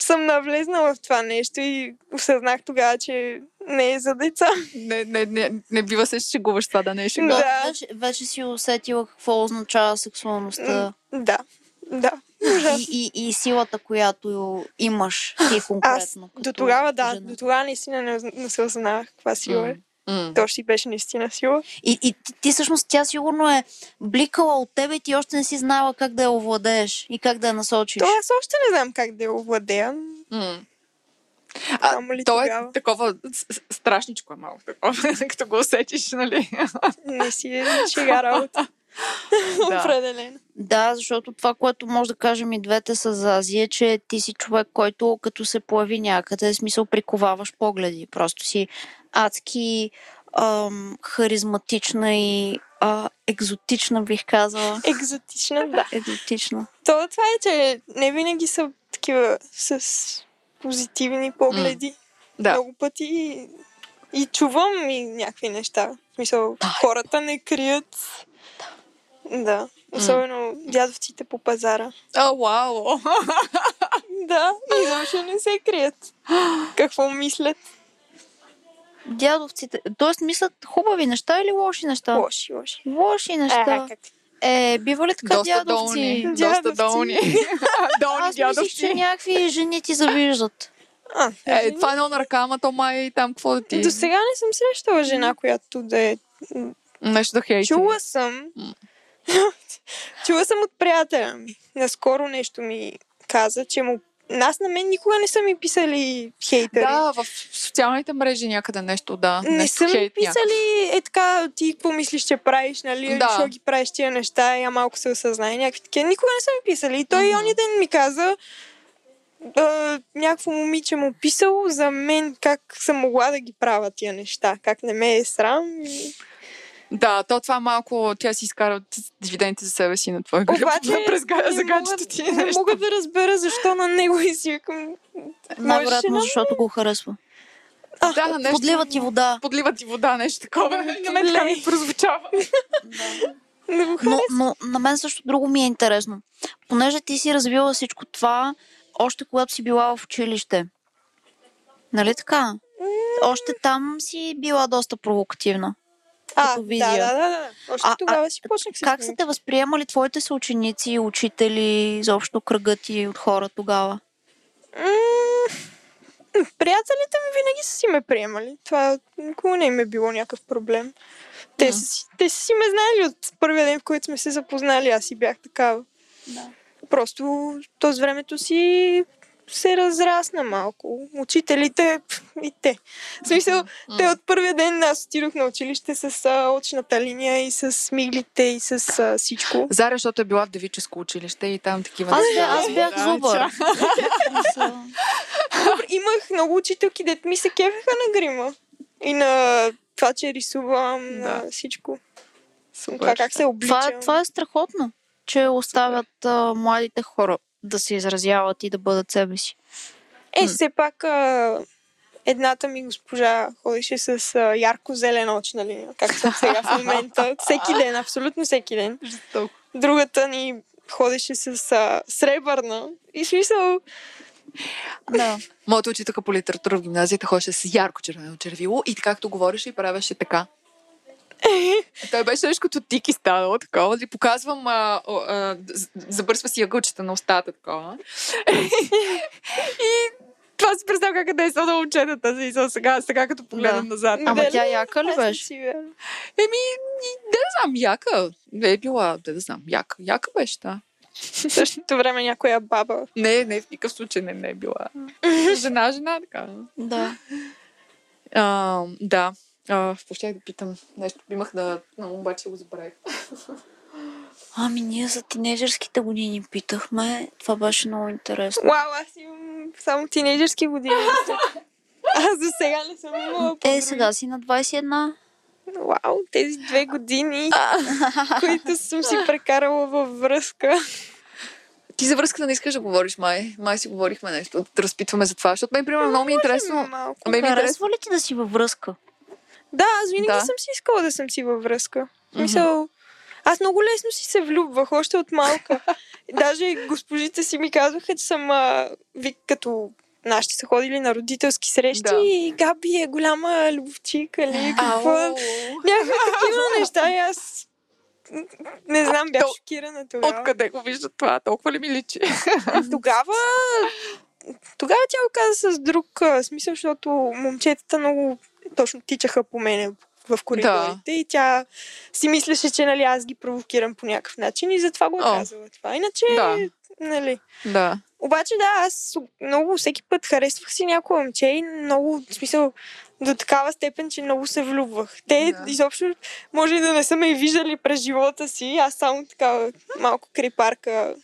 S3: съм навлезнала в това нещо и осъзнах тогава, че не е за деца.
S5: Не, не, не, не бива се шегуваш с това да не е шега.
S3: Да.
S1: Вече, вече си усетила какво означава сексуалността
S3: Да, да.
S1: и, и, и силата, която имаш ти конкретно.
S3: Аз
S1: като
S3: до тогава, да,
S1: жена.
S3: до тогава наистина не, не се осъзнавах каква сила е.
S7: М.
S3: То си беше наистина сила.
S4: И, и ти, ти всъщност тя сигурно е бликала от тебе и ти още не си знала как да я овладееш и как да я насочиш.
S3: То аз още не знам как да я овладея.
S7: М.
S5: А,
S3: Само ли
S5: То е
S3: тогава?
S5: такова с- с- страшничко е малко такова, като го усетиш, нали?
S3: Не си е шега работа.
S5: [LAUGHS] да.
S3: Определено.
S4: Да, защото това, което може да кажем и двете са за Азия, е, че ти си човек, който като се появи някъде, в смисъл приковаваш погледи. Просто си адски ам, харизматична и а, екзотична, бих казала.
S3: Екзотична,
S5: [LAUGHS]
S3: да.
S4: Екзотична.
S3: То това е, че не винаги са такива с позитивни погледи.
S5: да.
S3: Много пъти и, и чувам и някакви неща. В смисъл, хората не крият. Да. Особено дядовците по пазара.
S5: А, вау!
S3: Да, изобщо не се крият. Какво мислят?
S4: Дядовците, т.е. мислят хубави неща или лоши неща?
S3: Лоши, лоши.
S4: Лоши неща.
S3: А, как?
S4: Е, бива ли така
S5: [LAUGHS] Доста
S4: дядовци?
S5: долни. Доста
S3: Дядовци. [LAUGHS]
S5: долни. [LAUGHS] Долни
S4: Аз мислих, че
S5: дядовци.
S4: някакви жени
S5: [LAUGHS]
S4: ти завиждат.
S3: А,
S5: Е, това е едно на ръка, ама то май там какво да ти...
S3: До сега не съм срещала жена, която да е.
S5: Нещо да хейти.
S3: Чула съм.
S5: М.
S3: [LAUGHS] Чула съм от приятеля ми. Наскоро нещо ми каза, че му. Аз на мен никога не са ми писали хейтери.
S5: Да, в социалните мрежи някъде нещо, да.
S3: не
S5: нещо
S3: са ми
S5: хейт някакъв.
S3: писали е така, ти какво мислиш, че правиш, нали?
S5: Да.
S3: Да. Защо ги правиш тия неща, я малко се осъзнай, някакви такива. Никога не са ми писали. И той
S5: Мгм.
S3: mm-hmm. оня ден ми каза, а, някакво момиче му писало за мен как съм могла да ги правя тия неща, как не ме е срам. И-
S5: Да, то това малко, тя си изкара дивидендите за себе си на твоя гръб.
S3: Обаче
S5: през га...
S3: не
S5: за
S3: мога,
S5: гаджето ти. е
S3: не
S5: нещо.
S3: мога да разбера защо на него и си викам... можеше
S4: Най-вероятно,
S3: на-
S4: защото го харесва.
S5: Да, нещо.
S4: Подлива ти вода.
S5: Подлива ти вода, нещо такова. На мен така ми прозвучава.
S3: Не го ха-
S4: Но, но на мен също друго ми е интересно. Понеже ти си развила всичко това, още когато си била в училище. Нали така? Още там си била доста провокативна.
S3: А,
S4: като
S3: да,
S4: визия.
S3: да, да, да. Още
S4: А- а
S3: тогава си почнах с
S4: Как са те възприемали твоите съученици, учители, изобщо кръгът ти от хора тогава?
S3: М, Приятелите ми винаги са си ме приемали. Това никога не им е било някакъв проблем. Те са, си- те са си ме знаели от първия ден, в който сме се запознали. Аз си бях такава. Да. Просто то с времето си се разрасна малко. Учителите пф, и те. В смисъл, те от първия ден аз отидох на училище с а, очната линия и с миглите и с а, всичко.
S5: Заря, защото е била в девическо училище и там такива...
S4: Аз, бя-
S5: неща.
S4: аз бях
S5: Е, Да,
S4: зубър.
S5: чак.
S3: Имах много учителки, дет ми се кефеха на грима. И на това, че рисувам,
S5: Да.
S3: на всичко. Това
S5: Супер.
S3: как се обличам.
S4: [LAUGHS] Това, това е страхотно, че оставят а, младите хора да се изразяват и да бъдат себе си.
S3: Е, все пак а, едната ми госпожа ходеше с а, ярко-зелена очна линия, както нали, съм сега в момента. Всеки ден, абсолютно всеки ден.
S5: Жестоко.
S3: Другата ни ходеше с а, сребърна. И в смисъл,
S4: Да.
S5: Моята учителка по литература в гимназията ходеше с ярко червено червило и както говореше и правеше така. Той беше нещо като тики станало, такова. Ли показвам, а, о, а, з- забърсва си ягълчета на устата, такова. [LAUGHS] и това си представя как е действа на момчетата си сега, сега, сега като погледам
S4: Да.
S5: назад.
S3: Ама
S4: Ама
S3: Дали?
S4: тя яка ли
S3: нали, аз не
S4: беше?
S3: си вярвам.
S5: Еми, и- да знам, яка. Не е била, да, да знам, яка. Яка беше, да.
S3: В същото време някоя баба.
S5: Не, не, в никакъв случай не, не е била. Жена, жена, така.
S4: Да.
S5: А, да. А, щях да питам нещо. Имах да... Но обаче го забравих.
S4: Ами ние за тинейджърските години питахме. Това беше много интересно.
S3: Вау, аз имам само тинейджърски
S5: [LAUGHS]
S3: години. Аз до сега не съм имала
S4: Е,
S3: подруги.
S4: сега си на 21.
S3: Вау, тези две години, които съм си прекарала във връзка.
S5: Ти за връзката не искаш да говориш, май. Май си говорихме нещо. Да разпитваме за това. Защото мен, примерно, много ми е интересно.
S3: Малко.
S5: Ме ми е интересно.
S4: Харесва ли ти да си във връзка?
S3: Да, аз винаги
S5: Да.
S3: съм си искала да съм си във връзка. Мисъл, аз много лесно си се влюбвах, още от малка. Даже госпожите си ми казваха, че съм, а, вик, като нашите са ходили на родителски срещи
S5: Да.
S3: и Габи е голяма любовчика или какво.
S5: Ау.
S3: Някакви такива неща и аз м, не знам, бях
S5: То-
S3: шокирана тогава.
S5: Откъде го вижда това? Толкова ли ми личи?
S3: Тогава, тогава тя го каза с друг а, смисъл, защото момчетата много точно тичаха по мене в коридорите и тя си мислеше, че нали, аз ги провокирам по някакъв начин и затова го е
S5: О.
S3: казала това. Иначе,
S5: Да.
S3: нали.
S5: Да.
S3: Обаче да, аз много всеки път харесвах си някои момче и много, в смисъл, до такава степен, че много се влюбвах. Те
S5: Да.
S3: да. изобщо може и да не са ме и виждали през живота си, аз само така малко крепарка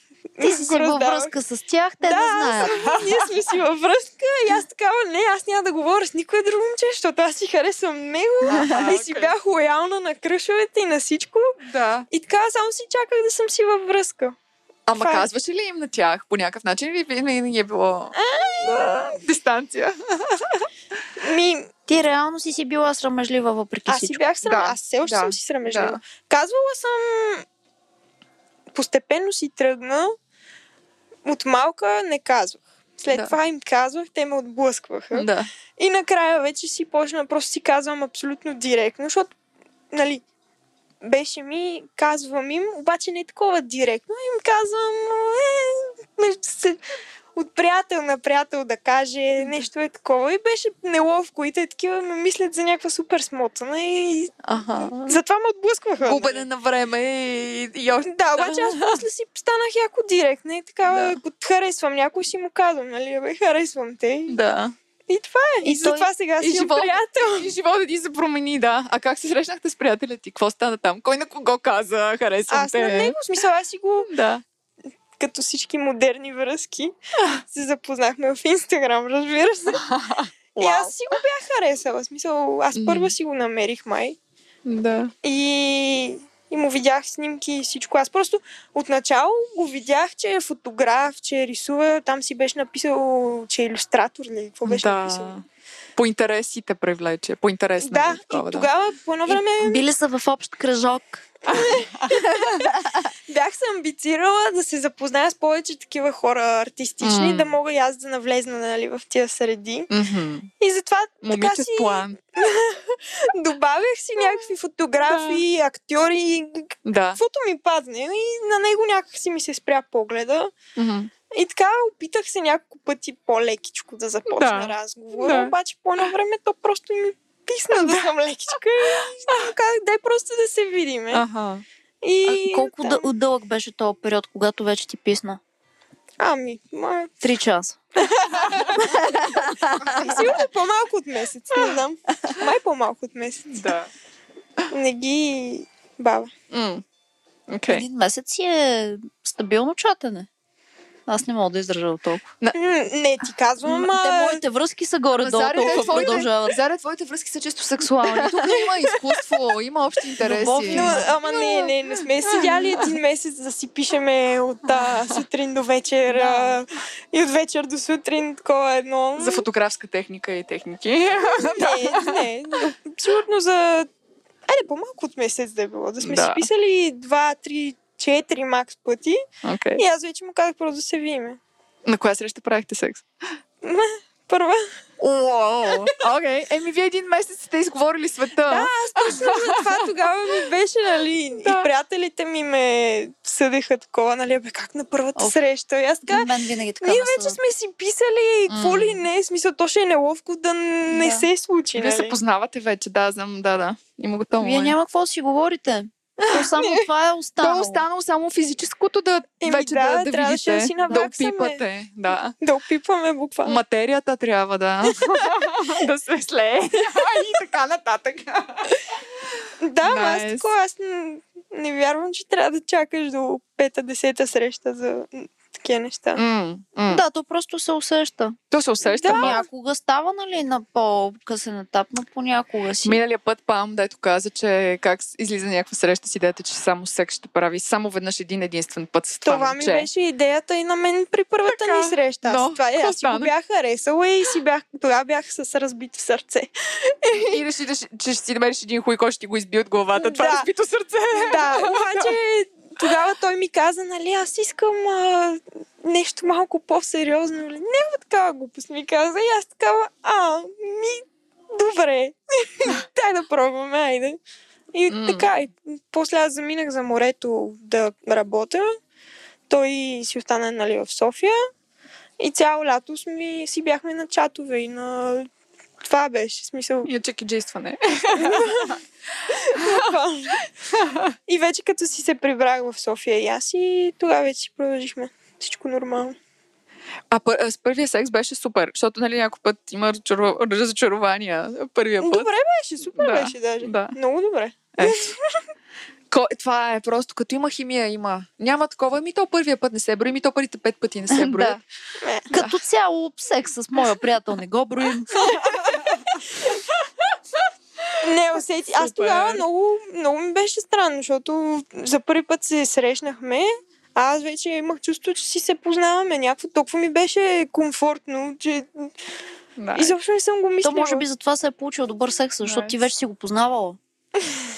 S4: Ти си си
S3: го
S4: във
S3: раздавах.
S4: връзка с тях, те да, да знаят.
S3: Ние сме си във връзка и аз такава, не, аз няма да говоря с никой друг момче, защото аз си харесвам него и си
S5: окей.
S3: бях лоялна на кръшовете и на всичко.
S5: Да.
S3: И така само си чаках да съм си във връзка.
S5: Ама
S3: Това е.
S5: казваше ли им на тях по някакъв начин или винаги е било Да, дистанция?
S3: Ми,
S1: Ти реално си си била срамежлива въпреки
S3: аз си
S1: всичко.
S3: бях срамежлива.
S5: Да,
S3: Аз все още
S5: да,
S3: съм си срамежлива.
S5: да.
S3: Казвала съм, постепенно си тръгна, от малка не казвах. След
S5: Да.
S3: това им казвах, те ме отблъскваха.
S5: Да.
S3: И накрая вече си почна, просто си казвам абсолютно директно, защото, нали, беше ми, казвам им, обаче не такова директно, им казвам, е, между се, от приятел на приятел да каже, нещо е такова. И беше неловко, и те такива ме мислят за някаква супер смотана и
S5: Аха.
S3: затова ме отблъскваха.
S5: Губене на време и, и още.
S3: Да, обаче аз после си станах яко директна и така,
S5: Да.
S3: ако харесвам някой, си му казвам, нали, бе, харесвам те. И,
S5: Да.
S3: и това е. И,
S4: И той-
S3: затова сега
S5: и
S3: си имам
S5: живота-
S3: приятел.
S5: И живота ти се промени, да. А как се срещнахте с приятеля ти? Какво стана там? Кой на кого каза? Харесвам
S3: Аз
S5: те.
S3: на него, в смисъл, аз си го,
S5: Да.
S3: като всички модерни
S5: [LAUGHS]
S3: връзки, се запознахме в Инстаграм, разбира се. И аз си го бях харесала. В смисъл, аз
S5: Мгм.
S3: първа си го намерих май.
S5: Да.
S3: И, и му видях снимки и всичко. Аз просто отначало го видях, че е фотограф, че рисува. Там си беше написал, че е иллюстратор или какво беше написал.
S5: да. По интересите привлече. По интересна.
S3: Да,
S5: такова,
S3: и тогава по едно време
S1: И били са в общ кръжок.
S3: бях се амбицирала да се запозная с повече такива хора артистични,
S5: М.
S3: да мога и аз да навлезна нали, в тия среди.
S5: Мгм.
S3: И затова така
S5: Момиче
S3: си
S5: с план.
S3: добавях си някакви фотографии, актьори,
S5: Да.
S3: каквото ми падне. И на него някак си ми се спря погледа.
S5: Мгм.
S3: И така опитах се няколко пъти по-лекичко да започна
S5: Да.
S3: да. разговор.
S5: Да.
S3: Да. Обаче по едно време то просто ми писна да съм лекичка. И му казах, дай просто да се видиме.
S5: Аха.
S3: И...
S1: А колко да, дълъг беше този период, когато вече ти писна?
S3: Ами, май...
S1: Три часа.
S3: сигурно Ами по-малко от месец, не знам. Май по-малко от месец.
S5: Да.
S3: Не ги баба.
S5: М. Окей.
S4: Един месец си е стабилно чатане. Аз не мога да издържа до толкова.
S3: М, Не, ти казвам,
S4: М, Те
S3: а...
S4: моите връзки са горе-долу,
S5: Заря, те
S4: толкова
S5: твоите-
S4: продължават.
S5: Заря, твоите връзки са често сексуални. Тук има изкуство, има общи интереси.
S4: Любов,
S3: Но, ама не, не, не сме седяли един месец да си пишеме от а, сутрин до вечер а, и от вечер до сутрин такова едно.
S5: За фотографска техника и техники.
S3: Не, не. Сигурно за... Айде, по-малко от месец да е било. Да сме
S5: Да.
S3: си писали два, три, четири макс пъти.
S5: Окей.
S3: И аз вече му казах просто да се видиме.
S5: На коя среща правихте секс?
S3: Първа.
S5: Уау! Окей, еми вие един месец сте изговорили света.
S3: Това тогава ми беше, нали?
S5: Да.
S3: И приятелите ми ме съдеха такова, нали? Бе, как на първата
S4: Оф.
S3: среща? И аз така,
S4: Мен винаги така
S3: Ние
S4: ме
S3: вече
S4: съдат.
S3: сме си писали и какво
S5: М.
S3: ли не, в смисъл, то ще е неловко да не
S4: Да.
S3: се случи,
S5: Вие
S3: нали?
S5: се познавате вече, да, знам, да, да. Има е. го
S4: Вие
S5: това.
S4: няма какво да си говорите. То само това е
S5: То е
S4: останало.
S5: останало само физическото да
S3: Еми
S5: вече
S3: да,
S5: да, да,
S3: трябваше
S5: видите,
S3: да си
S5: да
S3: наваксаме.
S5: опипате. Да.
S3: Да опипваме буквално.
S5: Материята трябва да, да се слее и така нататък.
S3: [LAUGHS] Да, ама аз
S5: Nice.
S3: такова, аз н- не вярвам, че трябва да чакаш до пета-десета среща за м, такива неща.
S5: М, м.
S1: Да, то просто се усеща.
S5: То се усеща.
S3: Да.
S5: ма.
S4: Понякога става, нали, на по-късен етап, но понякога си.
S5: Миналия път Пам, дето каза, че как с- излиза на някаква среща си дете, че само секс ще прави. Само веднъж един единствен път с това,
S3: Това ми
S5: момче.
S3: беше идеята и на мен при първата
S5: Така,
S3: ни среща. Аз
S5: но
S3: това е,
S5: какво
S3: аз си го
S5: стана?
S3: бях харесала и си бях, тогава бях с разбито сърце.
S5: И реши, да, ще- че ще си намериш един хуй, който ще ти го изби от главата. Това
S3: Да.
S5: е разбито сърце.
S3: Да, обаче тогава той ми каза, нали, аз искам а, нещо малко по-сериозно. нали? Или някаква такава глупост ми каза. И аз такава, а, ми, добре. [LAUGHS] Дай да пробваме, айде. И
S5: М.
S3: така, и после аз заминах за морето да работя. Той си остана, нали, в София. И цяло лято сме, си бяхме на чатове и на това беше. в Смисъл,
S5: И е чекиджействане.
S3: буквално. и вече като си се прибрах в София и аз и тогава вече си продължихме. Всичко нормално.
S5: А пър, с първия секс беше супер, защото нали някой път има разочарова- разочарования първия път.
S3: Добре беше, супер
S5: Да,
S3: беше даже.
S5: да.
S3: Много добре.
S5: Ето. Ко, това е просто, като има химия, има. Няма такова, ми то първия път не се брои, ми то първите пет пъти не се брои.
S4: Да. Като цяло секс с моя приятел не го [LAUGHS] броим.
S3: Не, усети. Аз
S5: Супер.
S3: тогава много, много ми беше странно, защото за първи път се срещнахме. А аз вече имах чувство, че си се познаваме. Някакво толкова ми беше комфортно, че
S5: Да.
S3: изобщо не съм го
S4: То
S3: мислила.
S4: може би затова се е получил добър секс, защото ти
S5: Nice.
S4: вече си го познавала.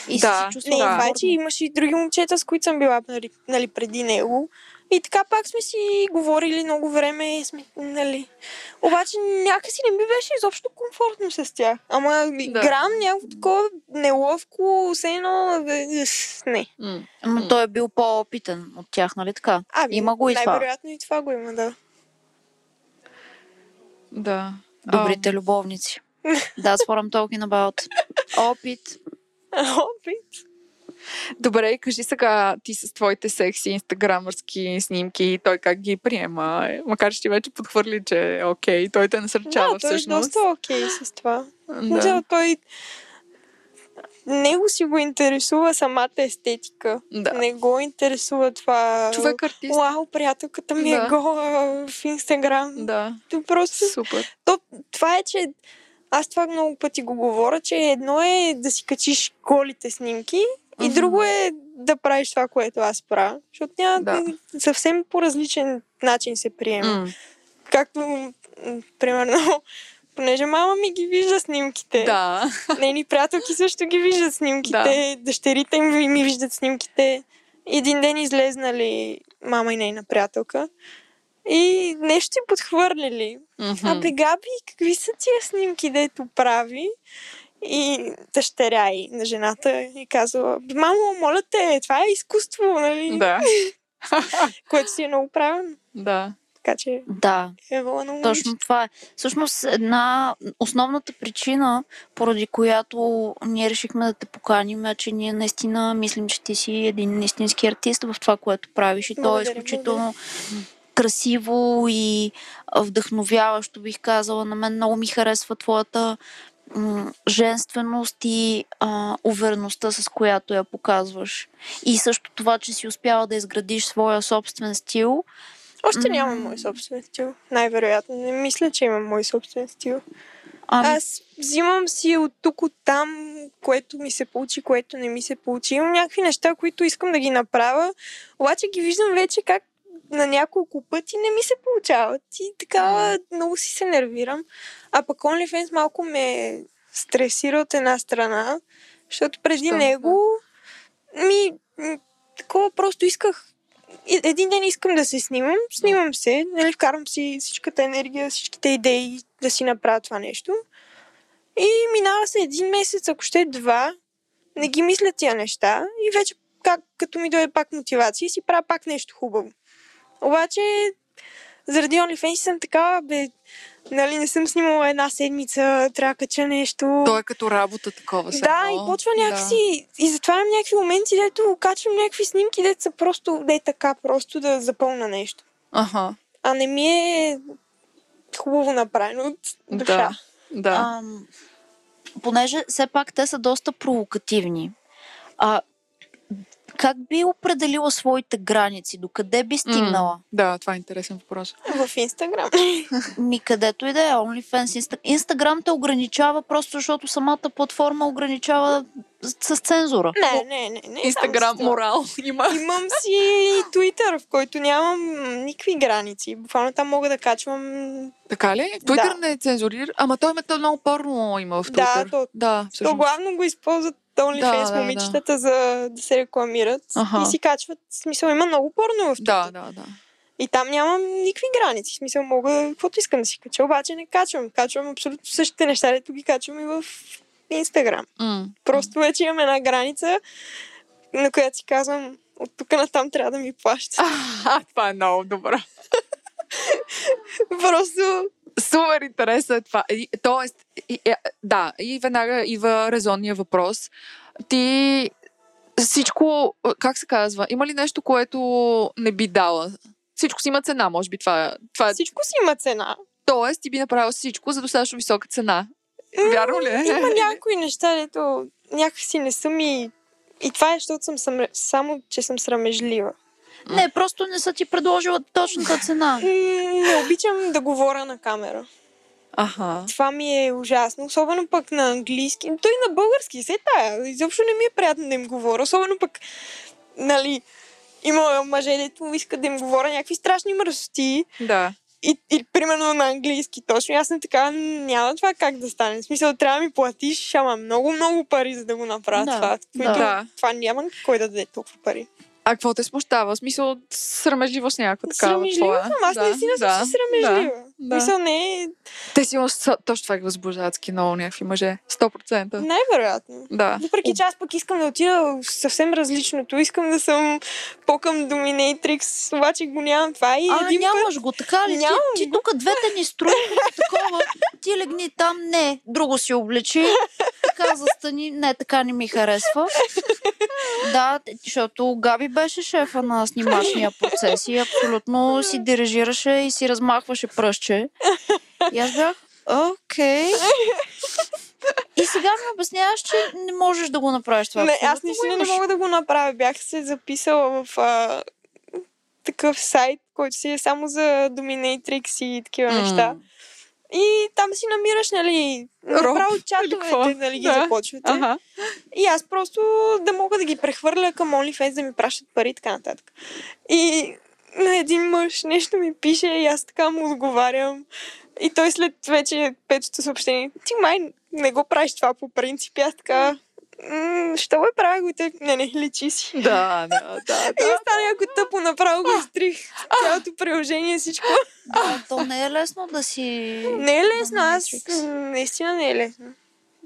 S4: И
S5: Да,
S4: си се
S3: Не,
S4: чувствала
S3: да.
S5: да.
S4: комфортно.
S3: обаче имаше и други момчета, с които съм била нали, нали, преди него. И така пак сме си говорили много време. и Сме, нали. Обаче някакси не ми беше изобщо комфортно с тях. Ама
S5: Да.
S3: да. грам някакво такова неловко, все едно... е, е, Не.
S5: М.
S4: Но той е бил по-опитен от тях, нали така?
S3: Ами,
S4: Има го и това.
S3: Най-вероятно и това го има, да.
S5: да.
S4: Добрите любовници. That's what I'm talking about. Опит.
S3: Опит.
S5: А, добре, кажи сега ти с твоите секси инстаграмърски снимки, той как ги приема, Е, макар че ти вече подхвърли, че е окей, той те насърчава
S3: да, той е
S5: всъщност.
S3: доста окей с това. Да.
S5: Да,
S3: той... Него си го интересува самата естетика.
S5: да. е
S3: Не го интересува това...
S5: Човек артист.
S3: Уау, приятелката ми
S5: Да.
S3: е гола в Инстаграм.
S5: Да,
S3: То Просто
S5: супер.
S3: това е, че аз това много пъти го говоря, че едно е да си качиш голите снимки и
S4: Мгм.
S3: друго е да правиш това, което аз правя. Защото няма
S5: Да.
S3: съвсем по различен начин се приема.
S5: М.
S3: Както, м, примерно, [LAUGHS] понеже мама ми ги вижда снимките.
S5: Да.
S3: Нейни приятелки също ги виждат снимките. Дъщерите ми, ми виждат снимките. Един ден излезнали мама и нейна приятелка. И нещо им подхвърлили.
S5: Мгм.
S3: Абе, Габи, какви са тия снимки, дето прави? И дъщеря и на жената и казала, «Бе, мамо, моля те, това е изкуство, нали?
S5: Да,
S3: Което си е много правилно.
S5: да.
S3: Така че
S4: Да,
S3: е вала на момиче.
S4: точно това е. Всъщност една основната причина, поради която ние решихме да те поканим, е, че ние наистина мислим, че ти си един истински артист в това, което правиш. И то е
S3: Благодаря,
S4: изключително красиво и а, вдъхновяващо, бих казала. На мен много ми харесва твоята м, женственост и а, увереността, с която я показваш. И също това, че си успяла да изградиш своя собствен стил. М.
S3: Още нямам мой собствен стил. Най-вероятно. Не мисля, че имам мой собствен стил.
S4: Ами,
S3: Аз взимам си от тук, от там, което ми се получи, което не ми се получи. Имам някакви неща, които искам да ги направя, обаче ги виждам вече как на няколко пъти не ми се получават. И така много си се нервирам. А пък OnlyFans малко ме стресира от една страна, защото преди
S5: Що?
S3: него ми м, такова просто исках и- един ден искам да се снимам, снимам се, нали, вкарвам си всичката енергия, всичките идеи да си направя това нещо. И минава се един месец, ако ще е два, не ги мисля тия неща и вече как, като ми дойде пак мотивация, си правя пак нещо хубаво. Обаче, заради OnlyFans съм така, бе, нали, не съм снимала една седмица, трябва да кача нещо.
S5: То е като работа такова. все
S3: Да,
S5: едно.
S3: и почва някакси. Да. И затварям някакви моменти, дето качвам някакви снимки, дето са просто, де така, просто да запълна нещо.
S5: Аха.
S3: А не ми е хубаво направено от душа.
S5: Да. Да.
S4: Ам, понеже все пак те са доста провокативни, а, как би определила своите граници? Докъде би стигнала?
S5: Да, това е интересен въпрос.
S3: В Инстаграм.
S4: Ми където и да е, OnlyFans, Insta- Instagram те ограничава просто защото самата платформа ограничава с, с цензура.
S3: не, не, не. не
S5: Инстаграм
S3: само с това.
S5: морал има.
S3: Имам си и Twitter, в който нямам никакви граници. Буквално там мога да качвам
S5: Така ли? Твитър не е цензурир, ама той има много порно има
S3: Да,
S5: в Твитър.
S3: то-
S5: да, е
S3: То
S5: всъщност.
S3: главно го използват OnlyFans
S5: Да,
S3: да,
S5: да,
S3: момичетата, за да се рекламират
S5: Аха.
S3: и си качват. В смисъл, има много порно в
S5: Да, да, да.
S3: И там нямам никакви граници. В смисъл, мога каквото искам да си кача, обаче не качвам. Качвам абсолютно същите неща, дето ги качвам и в Инстаграм.
S5: М.
S3: Просто вече имам една граница, на която си казвам, от тук натам трябва да ми плаща.
S5: [LAUGHS] А, това е много добро.
S3: Просто
S5: Супер интересно е това. И, тоест, и, е, да, и веднага идва резонния въпрос. Ти всичко, как се казва, има ли нещо, което не би дала? Всичко си има цена, може би това, е- това е.
S3: Всичко си има цена.
S5: Тоест, ти би направил всичко за достатъчно висока цена. Вярно ли е? [LAUGHS]
S3: Има някои неща, дето някакси не са ми... И това е, защото съм съмр... само, че съм срамежлива.
S4: Не, просто не са ти предложила точната цена.
S3: М, Не обичам да говоря на камера.
S5: Аха.
S3: Това ми е ужасно. Особено пък на английски. Той и на български. Се тая. Изобщо не ми е приятно да им говоря. Особено пък, нали, има мъже, дето искат да им говоря някакви страшни мръсоти.
S5: Да.
S3: И, и примерно на английски точно. Аз не така, няма това как да стане. В смисъл, трябва да ми платиш, ама много, много пари, за да го направя
S4: Да,
S3: това. Които,
S5: Да.
S3: Това няма кой да даде толкова пари.
S5: А какво те смущава? В смисъл, срамежливост някаква такава.
S3: Срамежлива
S5: твоя?
S3: съм, аз да, наистина да, съм си срамежлива.
S5: да.
S3: Да, Мисъл, не е
S5: Те сигурно са точно това ги възбуждават ски много някакви мъже. 100%.
S3: най-вероятно.
S5: Да.
S3: Въпреки, че аз пък искам да отида в съвсем различното. Искам да съм по-към Dominatrix, обаче го нямам това. И
S4: А,
S3: един път...
S4: нямаш го, така ли?
S3: Нямам
S4: Ти, ти тук двете ни строиш такова. Ти легни там, не, друго си облечи. Така застани, не, така не ми харесва. Да, защото Габи беше шефа на снимачния процес и абсолютно си дирижираше и си размахваше пръстче. И аз бях, окей. И сега ми обясняваш, че не можеш да го направиш това.
S3: Не, аз
S4: Абсолютно го
S3: наистина не
S4: имаш.
S3: мога да го направя. Бях се записала в а, такъв сайт, който си е само за Dominatrix и такива
S5: М.
S3: неща. И там си намираш, нали, направо
S5: какво?
S3: чатовете, нали, ги
S5: Да.
S3: започвате.
S5: Ага.
S3: И аз просто да мога да ги прехвърля към OnlyFans, да ми пращат пари и така нататък. И на един мъж нещо ми пише и аз така му отговарям. И той след вече петото съобщение, ти май не го правиш това по принцип. И аз така, «М, що го правя го и той, не, не, личи си.
S5: Да,
S3: [LAUGHS]
S5: да, да.
S3: И стана яко тъпо, направо го изтрих. Цялото приложение, всичко.
S4: Да, то не е лесно да си...
S3: Не е лесно, аз
S4: Dominatrix.
S3: м, наистина не е лесно.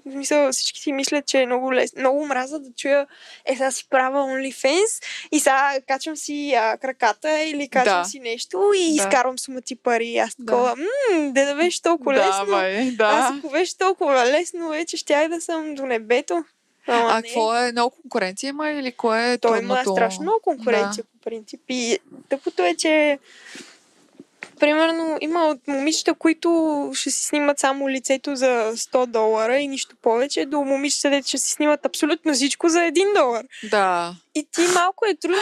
S3: В смисъл, всички си мислят, че е много лесно. Много мраза да чуя, е сега си правя OnlyFans и сега качвам си а, краката или качвам
S5: Да.
S3: си нещо и
S5: Да.
S3: изкарвам сума ти пари. Аз
S5: Да.
S3: такова, мм, де да беше толкова
S5: Да,
S3: лесно.
S5: бай,
S3: Аз
S5: да.
S3: ако беше толкова лесно, вече щях да съм до небето. Ама
S5: А
S3: не.
S5: какво е? Много конкуренция има или кое е
S3: Той има
S5: трудното?
S3: страшно много конкуренция по принцип. И тъпото е, че примерно има от момичета, които ще си снимат само лицето за 100 долара и нищо повече, до момичета, дето ще си снимат абсолютно всичко за 1 долар.
S5: Да.
S3: И ти малко е трудно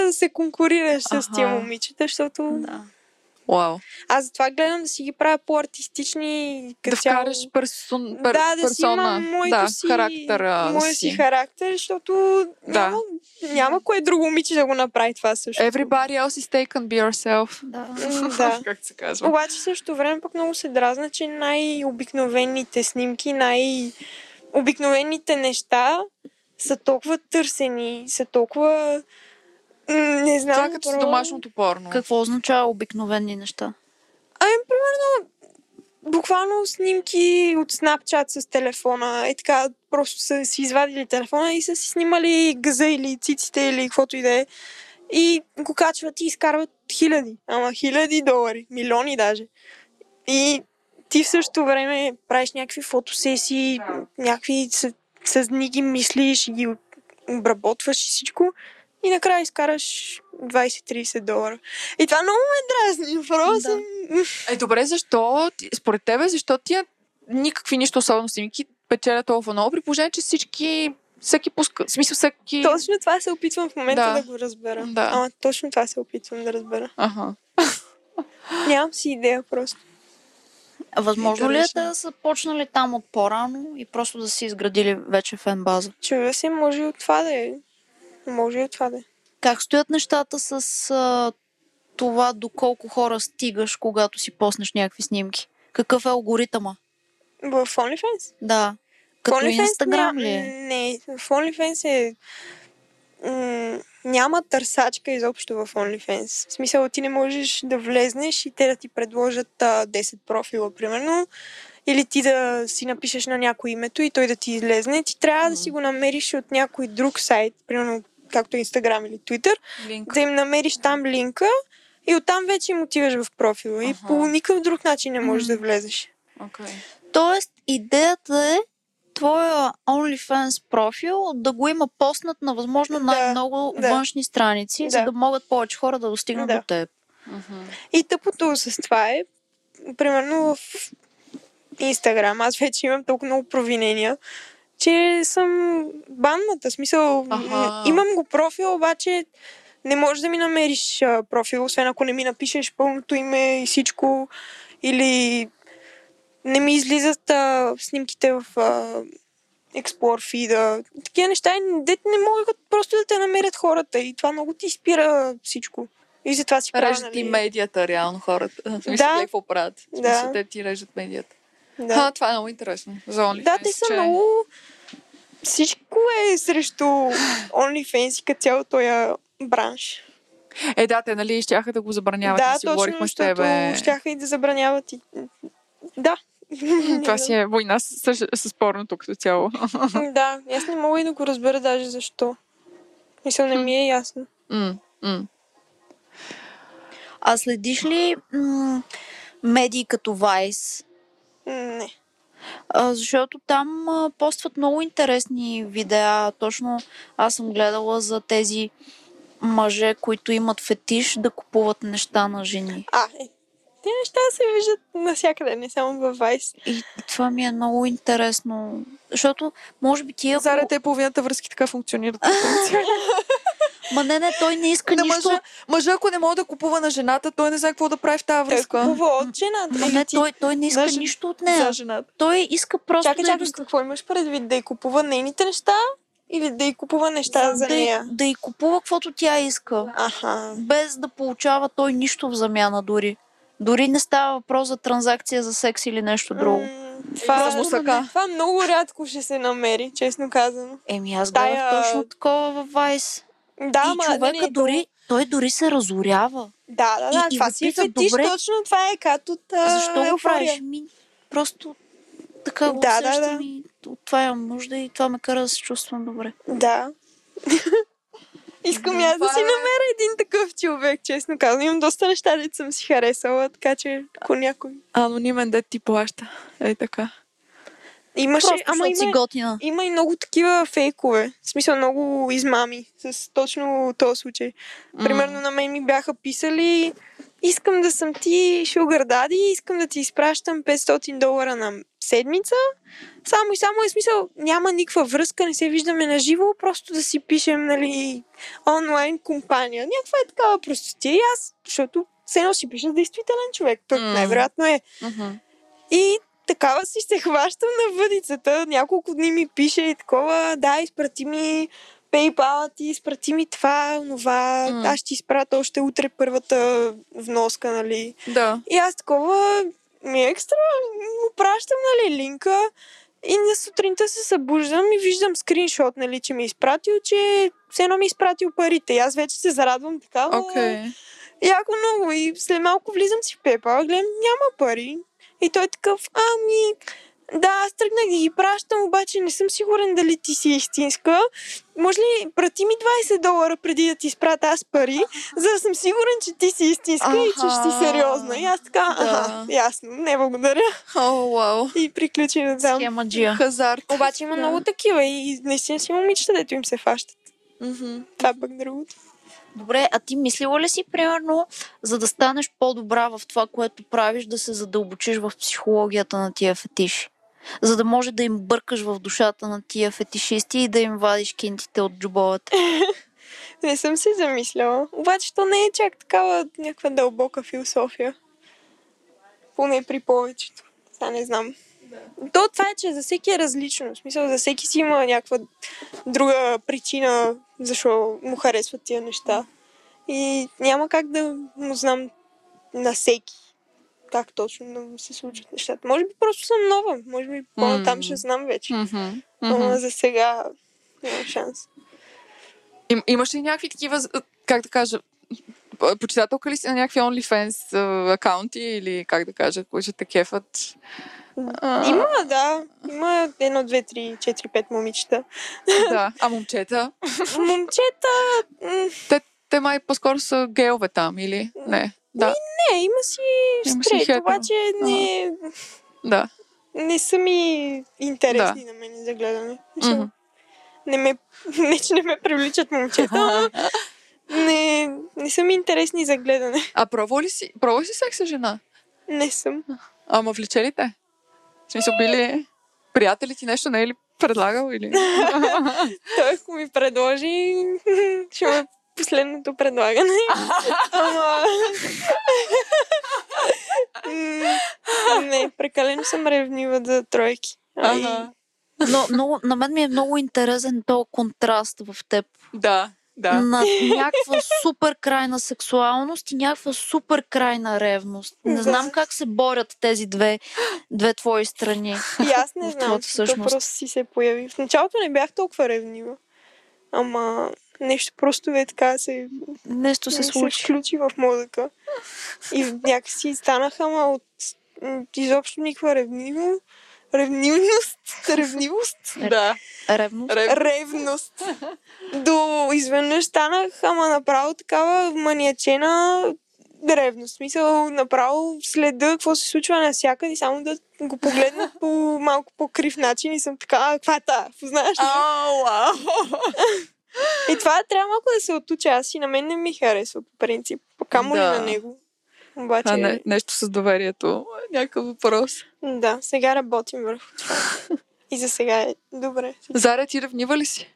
S3: да се конкурираш с тия
S5: Аха.
S3: момичета, защото
S4: Да.
S5: Вау.
S3: аз затова гледам да си ги правя по-артистични и
S5: Да
S3: като цяло-
S5: вкараш персон, пер,
S3: да, да си
S5: персона.
S3: имам моето
S5: да,
S3: си,
S5: характера
S3: моя си характер, защото
S5: Да.
S3: няма, няма кое друго момиче да го направи това също.
S5: Everybody else is taken, be yourself.
S4: Да.
S5: [LAUGHS]
S3: М, да.
S5: Как се казва?
S3: Обаче също време пък много се дразна, че най-обикновените снимки, най-обикновените неща са толкова търсени, са толкова... м, Не знам.
S5: Това е като с
S3: просто-
S5: домашното порно.
S4: Какво означава обикновени неща?
S3: Ами, примерно, буквално снимки от Snapchat с телефона. Е така, просто са си извадили телефона и са си снимали газа или циците или каквото и да е. И го качват и изкарват хиляди. Ама хиляди долари. Милиони даже. И ти в същото време правиш някакви фотосесии, някакви с, с дни ги мислиш и ги обработваш и всичко. И накрая изкараш 20-30 долара. И това много ме дразни. Просто
S4: Да.
S3: да.
S5: Е, добре, защо? ти- Според тебе, защо тия никакви нищо особено снимки печелят толкова много, при положение, че всички, всеки пуска, в смисъл всеки...
S3: Точно това се опитвам в момента
S5: Да.
S3: да, го разбера.
S5: Да.
S3: Ама точно това се опитвам да разбера.
S5: Аха.
S3: Нямам си идея просто.
S4: А Възможно ли е
S5: Интересно.
S4: да са почнали там от по-рано и просто да си изградили вече фен база?
S3: Чува се, може и от това да е. Може и от това да е.
S4: Как стоят нещата с а, това доколко хора стигаш, когато си поснеш някакви снимки? Какъв е алгоритъма?
S3: В OnlyFans?
S4: Да. Като
S3: в OnlyFans
S4: Инстаграм
S3: ням-
S4: ли е?
S3: Не, в OnlyFans е... М- няма търсачка изобщо в OnlyFans. В смисъл, ти не можеш да влезнеш и те да ти предложат а, 10 профила, примерно. Или ти да си напишеш на някой името и той да ти излезне. Ти трябва да си го намериш от някой друг сайт, примерно както Инстаграм или Twitter,
S5: Линк.
S3: да им намериш там линка И оттам вече им отиваш в профила. И
S4: Аха.
S3: по никакъв друг начин не можеш да влезеш.
S5: Okay.
S4: Тоест, идеята е твоя OnlyFans профил да го има поснат на възможно
S3: Да,
S4: най-много
S3: да.
S4: външни страници, за
S3: Да.
S4: да могат повече хора да достигнат
S3: Да.
S4: до теб.
S3: И тъпото с това е, примерно в Инстаграм, аз вече имам толкова много провинения, че съм банната. Смисъл, м,
S5: Аха.
S3: имам го профил, обаче не можеш да ми намериш а, профил, освен ако не ми напишеш пълното име и всичко. Или не ми излизат а, снимките в а, Explore фида. Такива неща, дет не могат просто да те намерят хората и това много ти спира всичко. И затова си правя,
S5: Режат ли
S3: нали,
S5: медията, реално хората? [LAUGHS] В Смисъл,
S3: Да.
S5: да. какво правят? В
S3: Да.
S5: Смисъл, те ти режат медията. Да.
S3: Да.
S5: А, това е много интересно. За OnlyFans,
S3: Да, те са
S5: че...
S3: много... Всичко е срещу OnlyFans и като цяло този бранш.
S5: Е, да, те нали щяха да го забраняват.
S3: да,
S5: ние си говорихме с
S3: защото
S5: тебе.
S3: щяха и да забраняват и... Да.
S5: Това си е война с, с, с порното като цяло.
S3: [LAUGHS] Да, аз не мога и да го разбера даже защо. Мисля, не ми е ясно.
S5: М, м.
S4: А следиш ли м- медии като Vice?
S3: Не.
S4: А, защото там а, постват много интересни видеа. Точно аз съм гледала за тези мъже, които имат фетиш да купуват неща на жени.
S3: А, е. Те неща се виждат навсякъде, не само във Vice.
S4: И това ми е много интересно. Защото, може би ти ако...
S5: Зара, те половината връзки така функционират.
S4: Ма не, не, той не иска
S5: На
S4: нищо.
S5: мъжа, мъжа, ако не мога да купува на жената, той не знае какво да прави в тази
S3: Той
S5: връзка.
S3: купува от жената.
S4: Ма не, той, той не иска
S5: Даже-
S4: нищо от
S5: За
S4: нея.
S5: жената.
S4: Той иска просто
S3: Значи- Чакай,
S4: да, й
S3: чакай,
S4: доста-
S3: какво имаш предвид? Да й купува нейните неща или да й купува неща за
S4: да, й-
S3: нея?
S4: да й купува каквото тя иска.
S3: Аха.
S4: Без да получава той нищо в замяна дори. Дори не става въпрос за транзакция за секс или нещо друго.
S3: М,
S4: е
S3: Това,
S5: Просто мусака.
S3: това много рядко ще се намери, честно казано.
S4: Еми, аз
S3: Тая-
S4: гледах точно такова във Вайс.
S3: Да,
S4: и
S3: ма,
S4: човека
S3: не, не,
S4: дори, той дори се разорява.
S3: Да, да, да,
S4: и- и
S3: това
S4: го
S3: си е
S4: питат,
S3: фетиш,
S4: добре.
S3: точно това е като та,
S4: Защо го
S3: еуфория.
S4: правиш? Ми, просто така го
S3: Да,
S4: да,
S3: да,
S4: усещам
S3: да. Ами,
S4: и от това имам нужда и това ме кара да се чувствам добре.
S3: Да. [LAUGHS] Искам и аз да
S5: Това
S3: си
S5: е-
S3: намеря един такъв човек, честно казвам. Имам доста неща, дето съм си харесала, така че ако някой...
S5: Анонимен дет ти плаща. Е така.
S3: Имаше,
S4: Просто,
S3: ама
S4: защото
S3: има,
S4: си готина.
S3: има и много такива фейкове. В смисъл много измами с точно този случай. Примерно на мен ми бяха писали искам да съм ти Sugar Daddy, искам да ти изпращам 500 долара на седмица. Само и само е смисъл, няма никаква връзка, не се виждаме на живо, просто да си пишем, нали, онлайн компания. Някаква е такава простотия и аз, защото все едно си пиша с действителен човек. Пък
S5: М.
S3: най-вероятно е.
S5: Мгм.
S3: И такава си се хващам на въдицата. Няколко дни ми пише и такова, да, изпрати ми PayPal, ти изпрати ми това, онова,
S5: М.
S3: аз ще ти изпратя още утре първата вноска, нали.
S5: Да.
S3: И аз такова, ми е екстра, му пращам, нали, линка. И на сутринта се събуждам и виждам скриншот, нали, че ми е изпратил, че все едно ми е изпратил парите. И аз вече се зарадвам така. «О,
S5: Окей. Okay.
S3: Яко много. И след малко влизам си в PayPal, гледам, няма пари. И той е такъв, ами, да, аз тръгнах да ги пращам, обаче не съм сигурен дали ти си истинска. Може ли, прати ми 20 долара преди да ти изпратя аз пари, за да съм сигурен, че ти си истинска и че ще си
S5: Аха.
S3: сериозна. И аз така, аха,
S5: Да.
S3: ясно, не благодаря.
S5: О, вау.
S3: И приключи да там.
S4: Схема джия.
S5: Хазарт.
S3: Обаче има
S5: Да.
S3: много такива и наистина си момичета, дето им се фащат.
S5: Мгм.
S3: Това пък другото.
S4: Добре, а ти мислила ли си, примерно, за да станеш по-добра в това, което правиш, да се задълбочиш в психологията на тия фетиши? За да може да им бъркаш в душата на тия фетишисти и да им вадиш кинтите от джобовете.
S3: Не съм се замисляла. Обаче то не е чак такава някаква дълбока философия. Поне при повечето. Сега не знам. То това е, че за всеки е различно. В смисъл, за всеки си има някаква друга причина, защо му харесват тия неща. И няма как да му знам на всеки как точно да му се случат нещата. Може би просто съм нова. Може би по-натам
S5: М.
S3: ще знам вече.
S5: Мгм.
S3: Но
S5: Мгм.
S3: за сега няма шанс.
S5: Им, имаш ли някакви такива, з- как да кажа, п- почитателка ли си на някакви OnlyFans а, акаунти или как да кажа, които те кефат? А,
S3: Има, да. Има едно, две, три, четири, пет момичета.
S5: Да. А момчета?
S3: Момчета, м,
S5: Те, те май по-скоро са геове там, или не? Да,
S3: Не, има си
S5: Има си
S3: стрейт,
S5: хетеро.
S3: обаче не,
S5: да.
S3: не са ми интересни на мен за гледане. Мисъл,
S5: Мгм.
S3: Не ме, [LAUGHS] не, че не ме привличат момчета,
S5: [LAUGHS]
S3: ама не, не са ми интересни за гледане.
S5: А пробва ли си, пробва ли си секс с жена?
S3: Не съм.
S5: Ама влече ли те? В смисъл, били приятели ти нещо, не е ли предлагал или...
S3: Той, ако ми предложи, [LAUGHS] ще му е последното
S4: [LAUGHS]
S3: предлагане. Ама... М, не, прекалено съм ревнива за тройки. Ами, Ай,
S5: Ага.
S4: Но, но на мен ми е много интересен този контраст в теб.
S5: Да, да.
S4: на някаква супер крайна сексуалност и някаква супер крайна ревност. Не
S3: Да.
S4: знам как се борят тези две, две твои страни.
S3: И аз не
S4: В
S3: знам,
S4: твоята
S3: че то
S4: същност.
S3: просто си се появи. В началото не бях толкова ревнива. Ама нещо просто е така се,
S4: Нещо се
S3: ми
S4: случи.
S3: включи в мозъка. И някакси станаха, ама от м, изобщо никаква ревниво. Ревнивност. Ревнивост.
S5: Да.
S4: Ревност.
S5: Рев...
S3: Ревност. До изведнъж станах, ама направо такава маниачена ревност. В Смисъл, направо следа какво се случва навсякъде и само да го погледна по малко по-крив начин и съм така, а, каква е тая? Познаваш ли?
S5: Ау, ау.
S3: И това трябва малко да се отуча. Аз и на мен не ми харесва по принцип. Камо
S5: Да.
S3: ли на него? Обаче,
S5: Това не, нещо с доверието. Някакъв въпрос.
S3: да, сега работим върху това. И за сега е добре.
S5: Зара, ти ревнива ли си?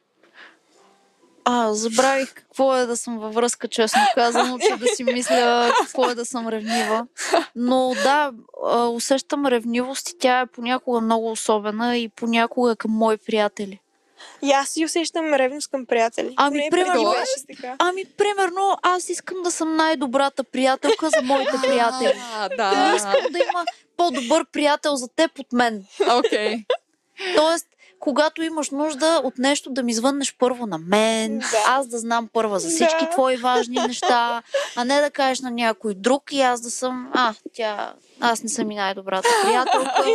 S4: А, забравих какво е да съм във връзка, честно казано, че да си мисля какво е да съм ревнива. Но да, а, усещам ревнивост и тя е понякога много особена и понякога към мои приятели.
S3: И аз си усещам ревност към приятели.
S4: Ами,
S3: Поне преди
S4: примерно,
S3: беше така.
S4: Ами, примерно, аз искам да съм най-добрата приятелка за моите приятели.
S5: [LAUGHS] А,
S4: Не
S5: да.
S4: искам да има по-добър приятел за теб от мен.
S5: Окей.
S4: Тоест, когато имаш нужда от нещо, да ми звъннеш първо на мен,
S3: Да.
S4: аз да знам първа за всички
S3: Да.
S4: твои важни неща, а не да кажеш на някой друг и аз да съм, а, тя, аз не съм и най-добрата приятелка.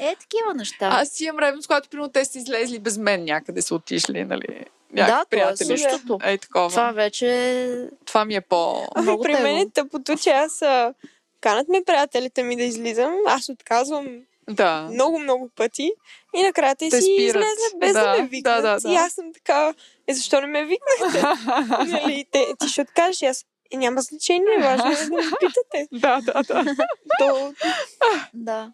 S4: Е, такива неща.
S5: Аз си имам ревност, когато примерно те са излезли без мен някъде са отишли, нали?
S4: да,
S5: Някакви
S4: това е
S5: приятели.
S4: същото.
S5: Ей, такова.
S4: Това
S5: Това...
S4: вече е
S5: това ми е по...
S3: Ами
S4: много
S3: при мен е
S4: тегло.
S3: тъпото, че аз а, канат ме приятелите ми да излизам. Аз отказвам
S5: Да.
S3: много-много пъти и накрая те
S5: Те
S3: си
S5: спират.
S3: излезнат без да,
S5: Да,
S3: ме
S5: да,
S3: викнат.
S5: да, да.
S3: И аз съм така, е защо не ме викнахте? нали, те, ти ще откажеш и аз е, няма значение, важно е да ме питате.
S5: Да, да, да.
S3: То,
S4: Да.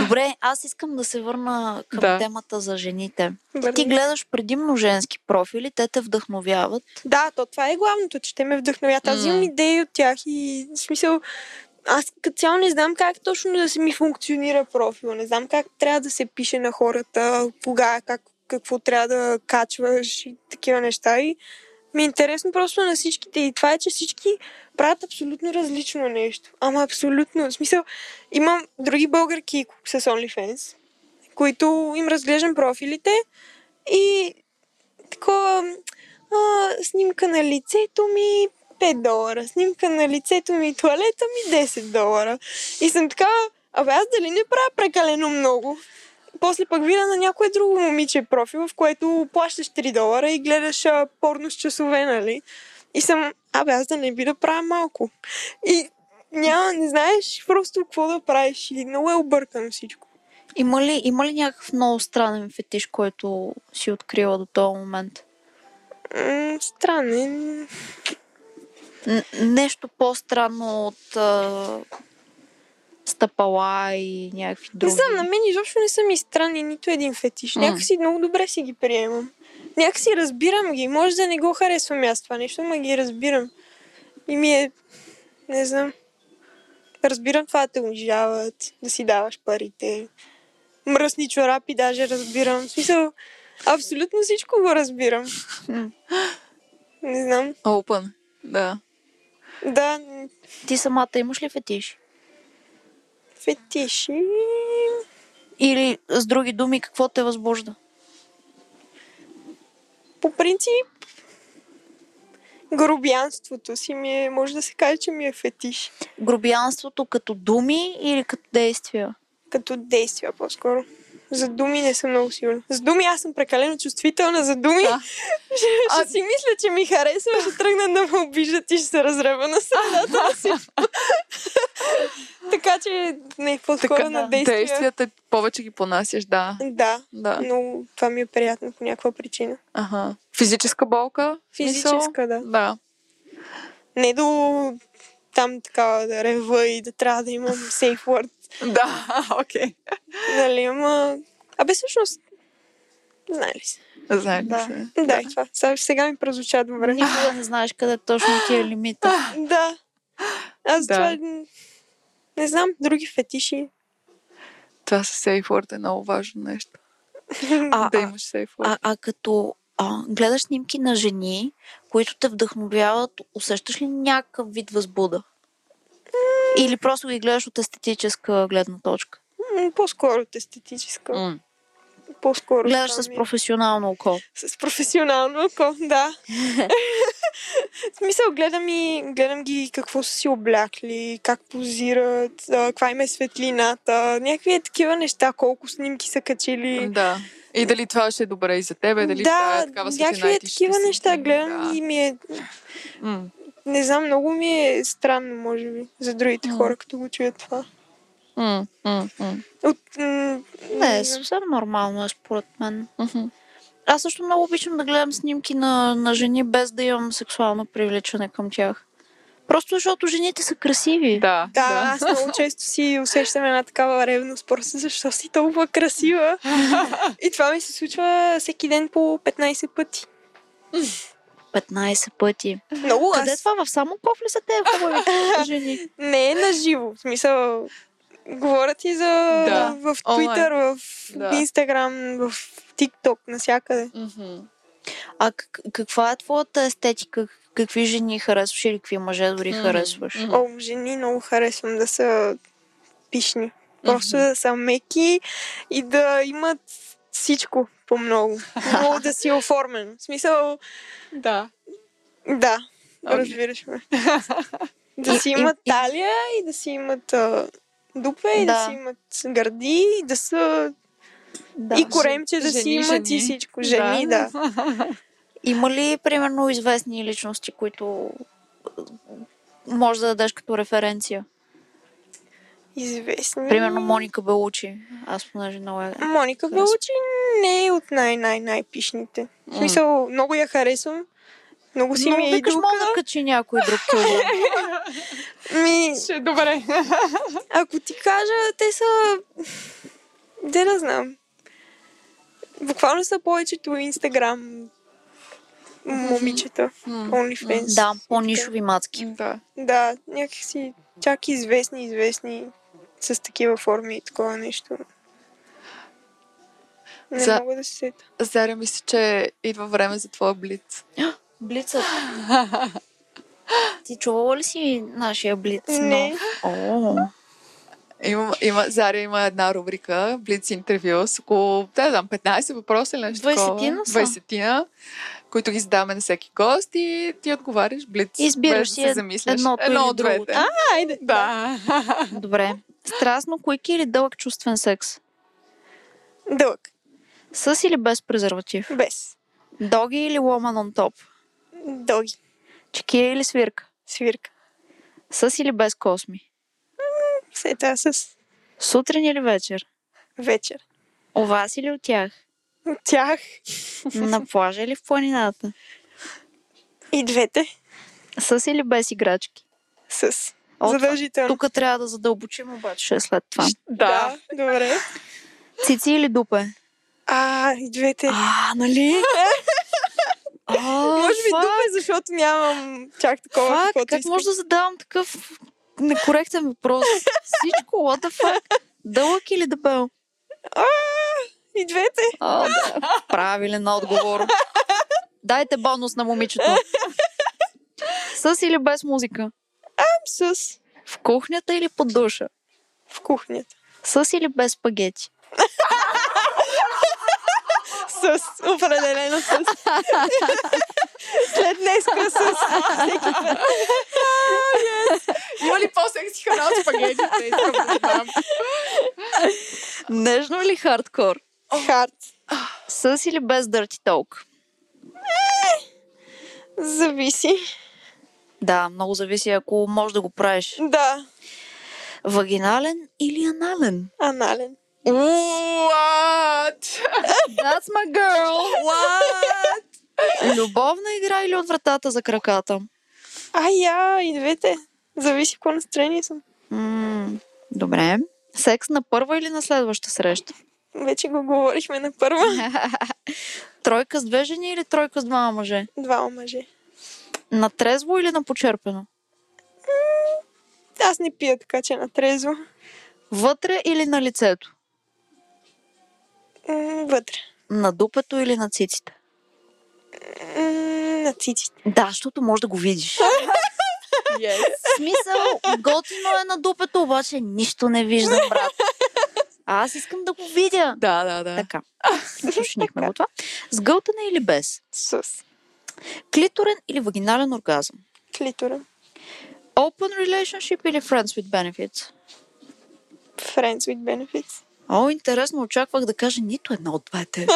S4: Добре, аз искам да се върна към
S5: Да.
S4: темата за жените. Ти
S3: Върни.
S4: гледаш предимно женски профили, те те вдъхновяват.
S3: Да, то това е главното, че те ме вдъхновят. Аз
S5: М.
S3: имам идеи от тях и в смисъл аз като цяло не знам как точно да се ми функционира профил. Не знам как трябва да се пише на хората, кога, как, какво трябва да качваш и такива неща. И ми е интересно просто на всичките. И това е, че всички правят абсолютно различно нещо. Ама абсолютно. В смисъл, имам други българки с OnlyFans, които им разглеждам профилите и такова а, снимка на лицето ми 5 долара, снимка на лицето ми и туалета ми 10 долара. И съм така, абе аз дали не правя прекалено много? После пък видя на някое друго момиче профил, в което плащаш 3 долара и гледаш а, порно с часове, нали? И съм, абе аз да не би да правя малко. И няма, не знаеш просто какво да правиш. И много е объркано всичко.
S4: Има ли, има ли някакъв много странен фетиш, който си открила до този момент?
S3: М- е, странен.
S4: Н- нещо по-странно от а, стъпала и някакви други.
S3: Не знам, на мен изобщо не са ми странни нито един фетиш.
S5: М.
S3: Някакси много добре си ги приемам. Някакси разбирам ги. Може да не го харесвам и аз това нещо, ма ги разбирам. И ми е... Не знам. Разбирам това да те унижават, да си даваш парите. Мръсни чорапи даже разбирам. В смисъл, абсолютно всичко го разбирам.
S4: М.
S3: Не знам.
S5: Open. Да.
S3: Да,
S4: Ти самата имаш ли фетиш?
S3: фетиши...
S4: Или с други думи, какво те възбужда?
S3: по принцип, грубянството си ми е, може да се каже, че ми е фетиш.
S4: Грубиянството като думи или като действия?
S3: Като действия по-скоро. За думи не съм много сигурна. За думи аз съм прекалено чувствителна за думи.
S5: Да.
S3: [LAUGHS] Ще,
S5: А-
S3: ще си мисля, че ми харесва, ще тръгна да ме обиждат и ще се разрева на средата на всичко. [LAUGHS] така че не, по-скоро
S5: Така,
S3: на
S5: да.
S3: действия.
S5: действията повече ги понасяш, да.
S3: Да,
S5: да.
S3: но това ми е приятно по някаква причина.
S5: Ага. Физическа болка? в смисъл?
S3: Физическа, да.
S5: Да.
S3: Не до там така да рева и да трябва да имам safe word.
S5: Да, окей.
S3: Нали, ама... Абе, всъщност... Знае ли се?
S5: Знаеш да. се.
S3: Да, да. и това. Сега- Сега ми прозвуча добре.
S4: Никога не знаеш къде точно ти е лимита.
S3: Да. Аз
S5: Да.
S3: да. това... н- Не знам, други фетиши.
S5: Това с сейф word е много важно нещо.
S4: А,
S5: да
S4: а,
S5: имаш сейф word.
S4: а, а като а, гледаш снимки на жени, които те вдъхновяват, усещаш ли някакъв вид възбуда? Или просто ги гледаш от естетическа гледна точка?
S3: М, По-скоро от естетическа.
S5: М.
S3: По-скоро.
S4: Гледаш
S3: това
S4: с
S3: ми е.
S4: професионално око.
S3: с професионално око,
S5: [LAUGHS]
S3: да. в смисъл, гледам, и, гледам ги какво са си облякли, как позират, а, каква им е светлината, някакви е такива неща, колко снимки са качили.
S5: Да. И дали това ще е добре и за тебе, дали тая
S3: да,
S5: такава
S3: някакви
S5: светлина
S3: е
S5: и ти ще
S3: такива
S5: си-
S3: неща гледам
S5: да.
S3: и ми е,
S5: М.
S3: не знам, много ми е странно, може би, за другите хора, като го чуят това.
S5: М, м, м.
S3: От, м-
S4: Не,
S3: знам.
S4: съвсем нормално е според мен.
S5: Мгм.
S4: Аз също много обичам да гледам снимки на, на жени, без да имам сексуално привличане към тях. Просто защото жените са красиви.
S5: Да,
S3: Да, аз много често си усещам една такава ревност, просто защо си толкова красива. И това ми се случва всеки ден по 15 пъти.
S4: 15 пъти.
S3: Много
S4: Къде е
S3: аз.
S4: това? В Самоков ли са те хубавите жени?
S3: Не е на живо. В смисъл, говоря ти за
S5: Да.
S3: в
S5: Онлайн.
S3: Twitter, в
S5: Да.
S3: Instagram, в TikTok, навсякъде.
S5: Мгм.
S4: А как, каква е твоята естетика? Какви жени харесваш или какви мъже дори
S5: Мгм.
S4: харесваш?
S5: Мгм.
S3: О, жени много харесвам да са пишни. Просто да са меки и да имат всичко по-много. Много да си оформен. В смисъл,
S5: Да.
S3: Да,
S5: Окей.
S3: okay. разбираш ме. да си имат талия и да си имат а, дупе и да.
S4: Да.
S3: си имат гърди и да са...
S4: Да.
S3: и коремче да си
S5: жени,
S3: имат и
S5: жени.
S3: всичко. Жени, да.
S4: Има ли, примерно, известни личности, които е, може да дадеш като референция?
S3: Известни.
S4: Примерно Моника Белучи. Аз понеже много я...
S3: Моника
S4: Харесвам.
S3: Белучи не е от най-най-най-пишните. В
S5: М.
S3: смисъл, много я харесвам. Много си
S4: Но
S3: ми е
S4: викаш,
S3: идолка.
S4: мога да качи някой друг килограм.
S3: Ми,
S5: Ще е добре.
S3: ако ти кажа, те са... Де да знам. Буквално са повечето инстаграм момичета. OnlyFans.
S4: Да, по-нишови мацки.
S5: Да.
S3: Да, някакси чак известни, известни с такива форми и такова нещо. Не
S5: За-
S3: мога да се сета.
S5: Заря, мисля, че идва време за твоя блиц.
S4: Блицът. Ти чувала ли си нашия блиц?
S3: Не.
S4: О,
S5: Има, има, Заря има една рубрика, блиц интервю, с около, да, знам, 15 въпроса или нещо
S4: Двайсетина са.
S5: 20 които ги задаваме на всеки гост и ти отговаряш блиц.
S4: Избираш
S5: без да
S4: си
S5: се
S4: ед-
S5: замисляш.
S4: едното
S5: едно
S4: или
S5: от двете.
S4: другото.
S5: А,
S3: Айде!
S5: да.
S4: добре. Страстно койки или дълъг чувствен секс?
S3: Дълъг.
S4: С или без презерватив?
S3: Без.
S4: Доги или woman on top?
S3: Дълги.
S4: Чекия или свирка?
S3: Свирка.
S4: С или без косми?
S3: Сета с
S4: Сутрин или вечер?
S3: вечер.
S4: У вас или от тях?
S3: От тях
S4: На плажа или в планината?
S3: и двете
S4: С или без играчки?
S3: с.
S4: О,
S3: Задължително.
S4: Тук трябва да задълбочим обаче ще е след това.
S5: Да.
S3: да. Добре.
S4: Цици или дупе?
S3: А, и двете.
S4: А, нали?
S3: Може би дупе, защото нямам чак такова
S4: Фак,
S3: каквото
S4: как
S3: искам.
S4: може да задавам такъв некоректен въпрос? Всичко, what the fuck? Дълъг или дебел?
S3: И двете.
S4: О, да. Правилен отговор. Дайте бонус на момичето. С или без музика?
S3: С.
S4: В кухнята или под душа?
S3: В кухнята.
S4: С или без спагети?
S3: С. Определено с. След днеска с.
S5: Има ли по-секси хора от спагетите? Искам да знам.
S4: Нежно или хардкор?
S3: Хард.
S4: С или без дърти толк?
S3: Зависи.
S4: Да, много зависи ако можеш да го правиш.
S3: Да.
S4: Вагинален или анален?
S3: Анален.
S5: What?
S4: That's my girl!
S5: What?
S4: Любовна игра или от вратата за краката?
S3: Ай, я, и двете. Зависи какво настроение съм.
S4: М, добре. Секс на първа или на следваща среща?
S3: Вече го говорихме на първа.
S4: Тройка с две жени или тройка с двама мъже?
S3: Двама мъже.
S4: На трезво или на почерпено?
S3: Аз не пия, така че на трезво.
S4: Вътре или на лицето?
S3: М, Вътре.
S4: На дупето или на циците?
S3: М, На циците.
S4: Да, защото може да го видиш.
S5: [LAUGHS] Yes.
S4: В смисъл, готино е на дупето, обаче нищо не виждам, брат. А аз искам да го видя.
S5: Да, да, да.
S4: Така, слушнихме го това. С гълтане или без?
S3: С
S4: Клиторен или вагинален оргазъм?
S3: клитора.
S4: Open relationship или friends with benefits?
S3: Friends with benefits.
S4: О, интересно, очаквах да кажа нито една от
S5: [LAUGHS]
S4: двете.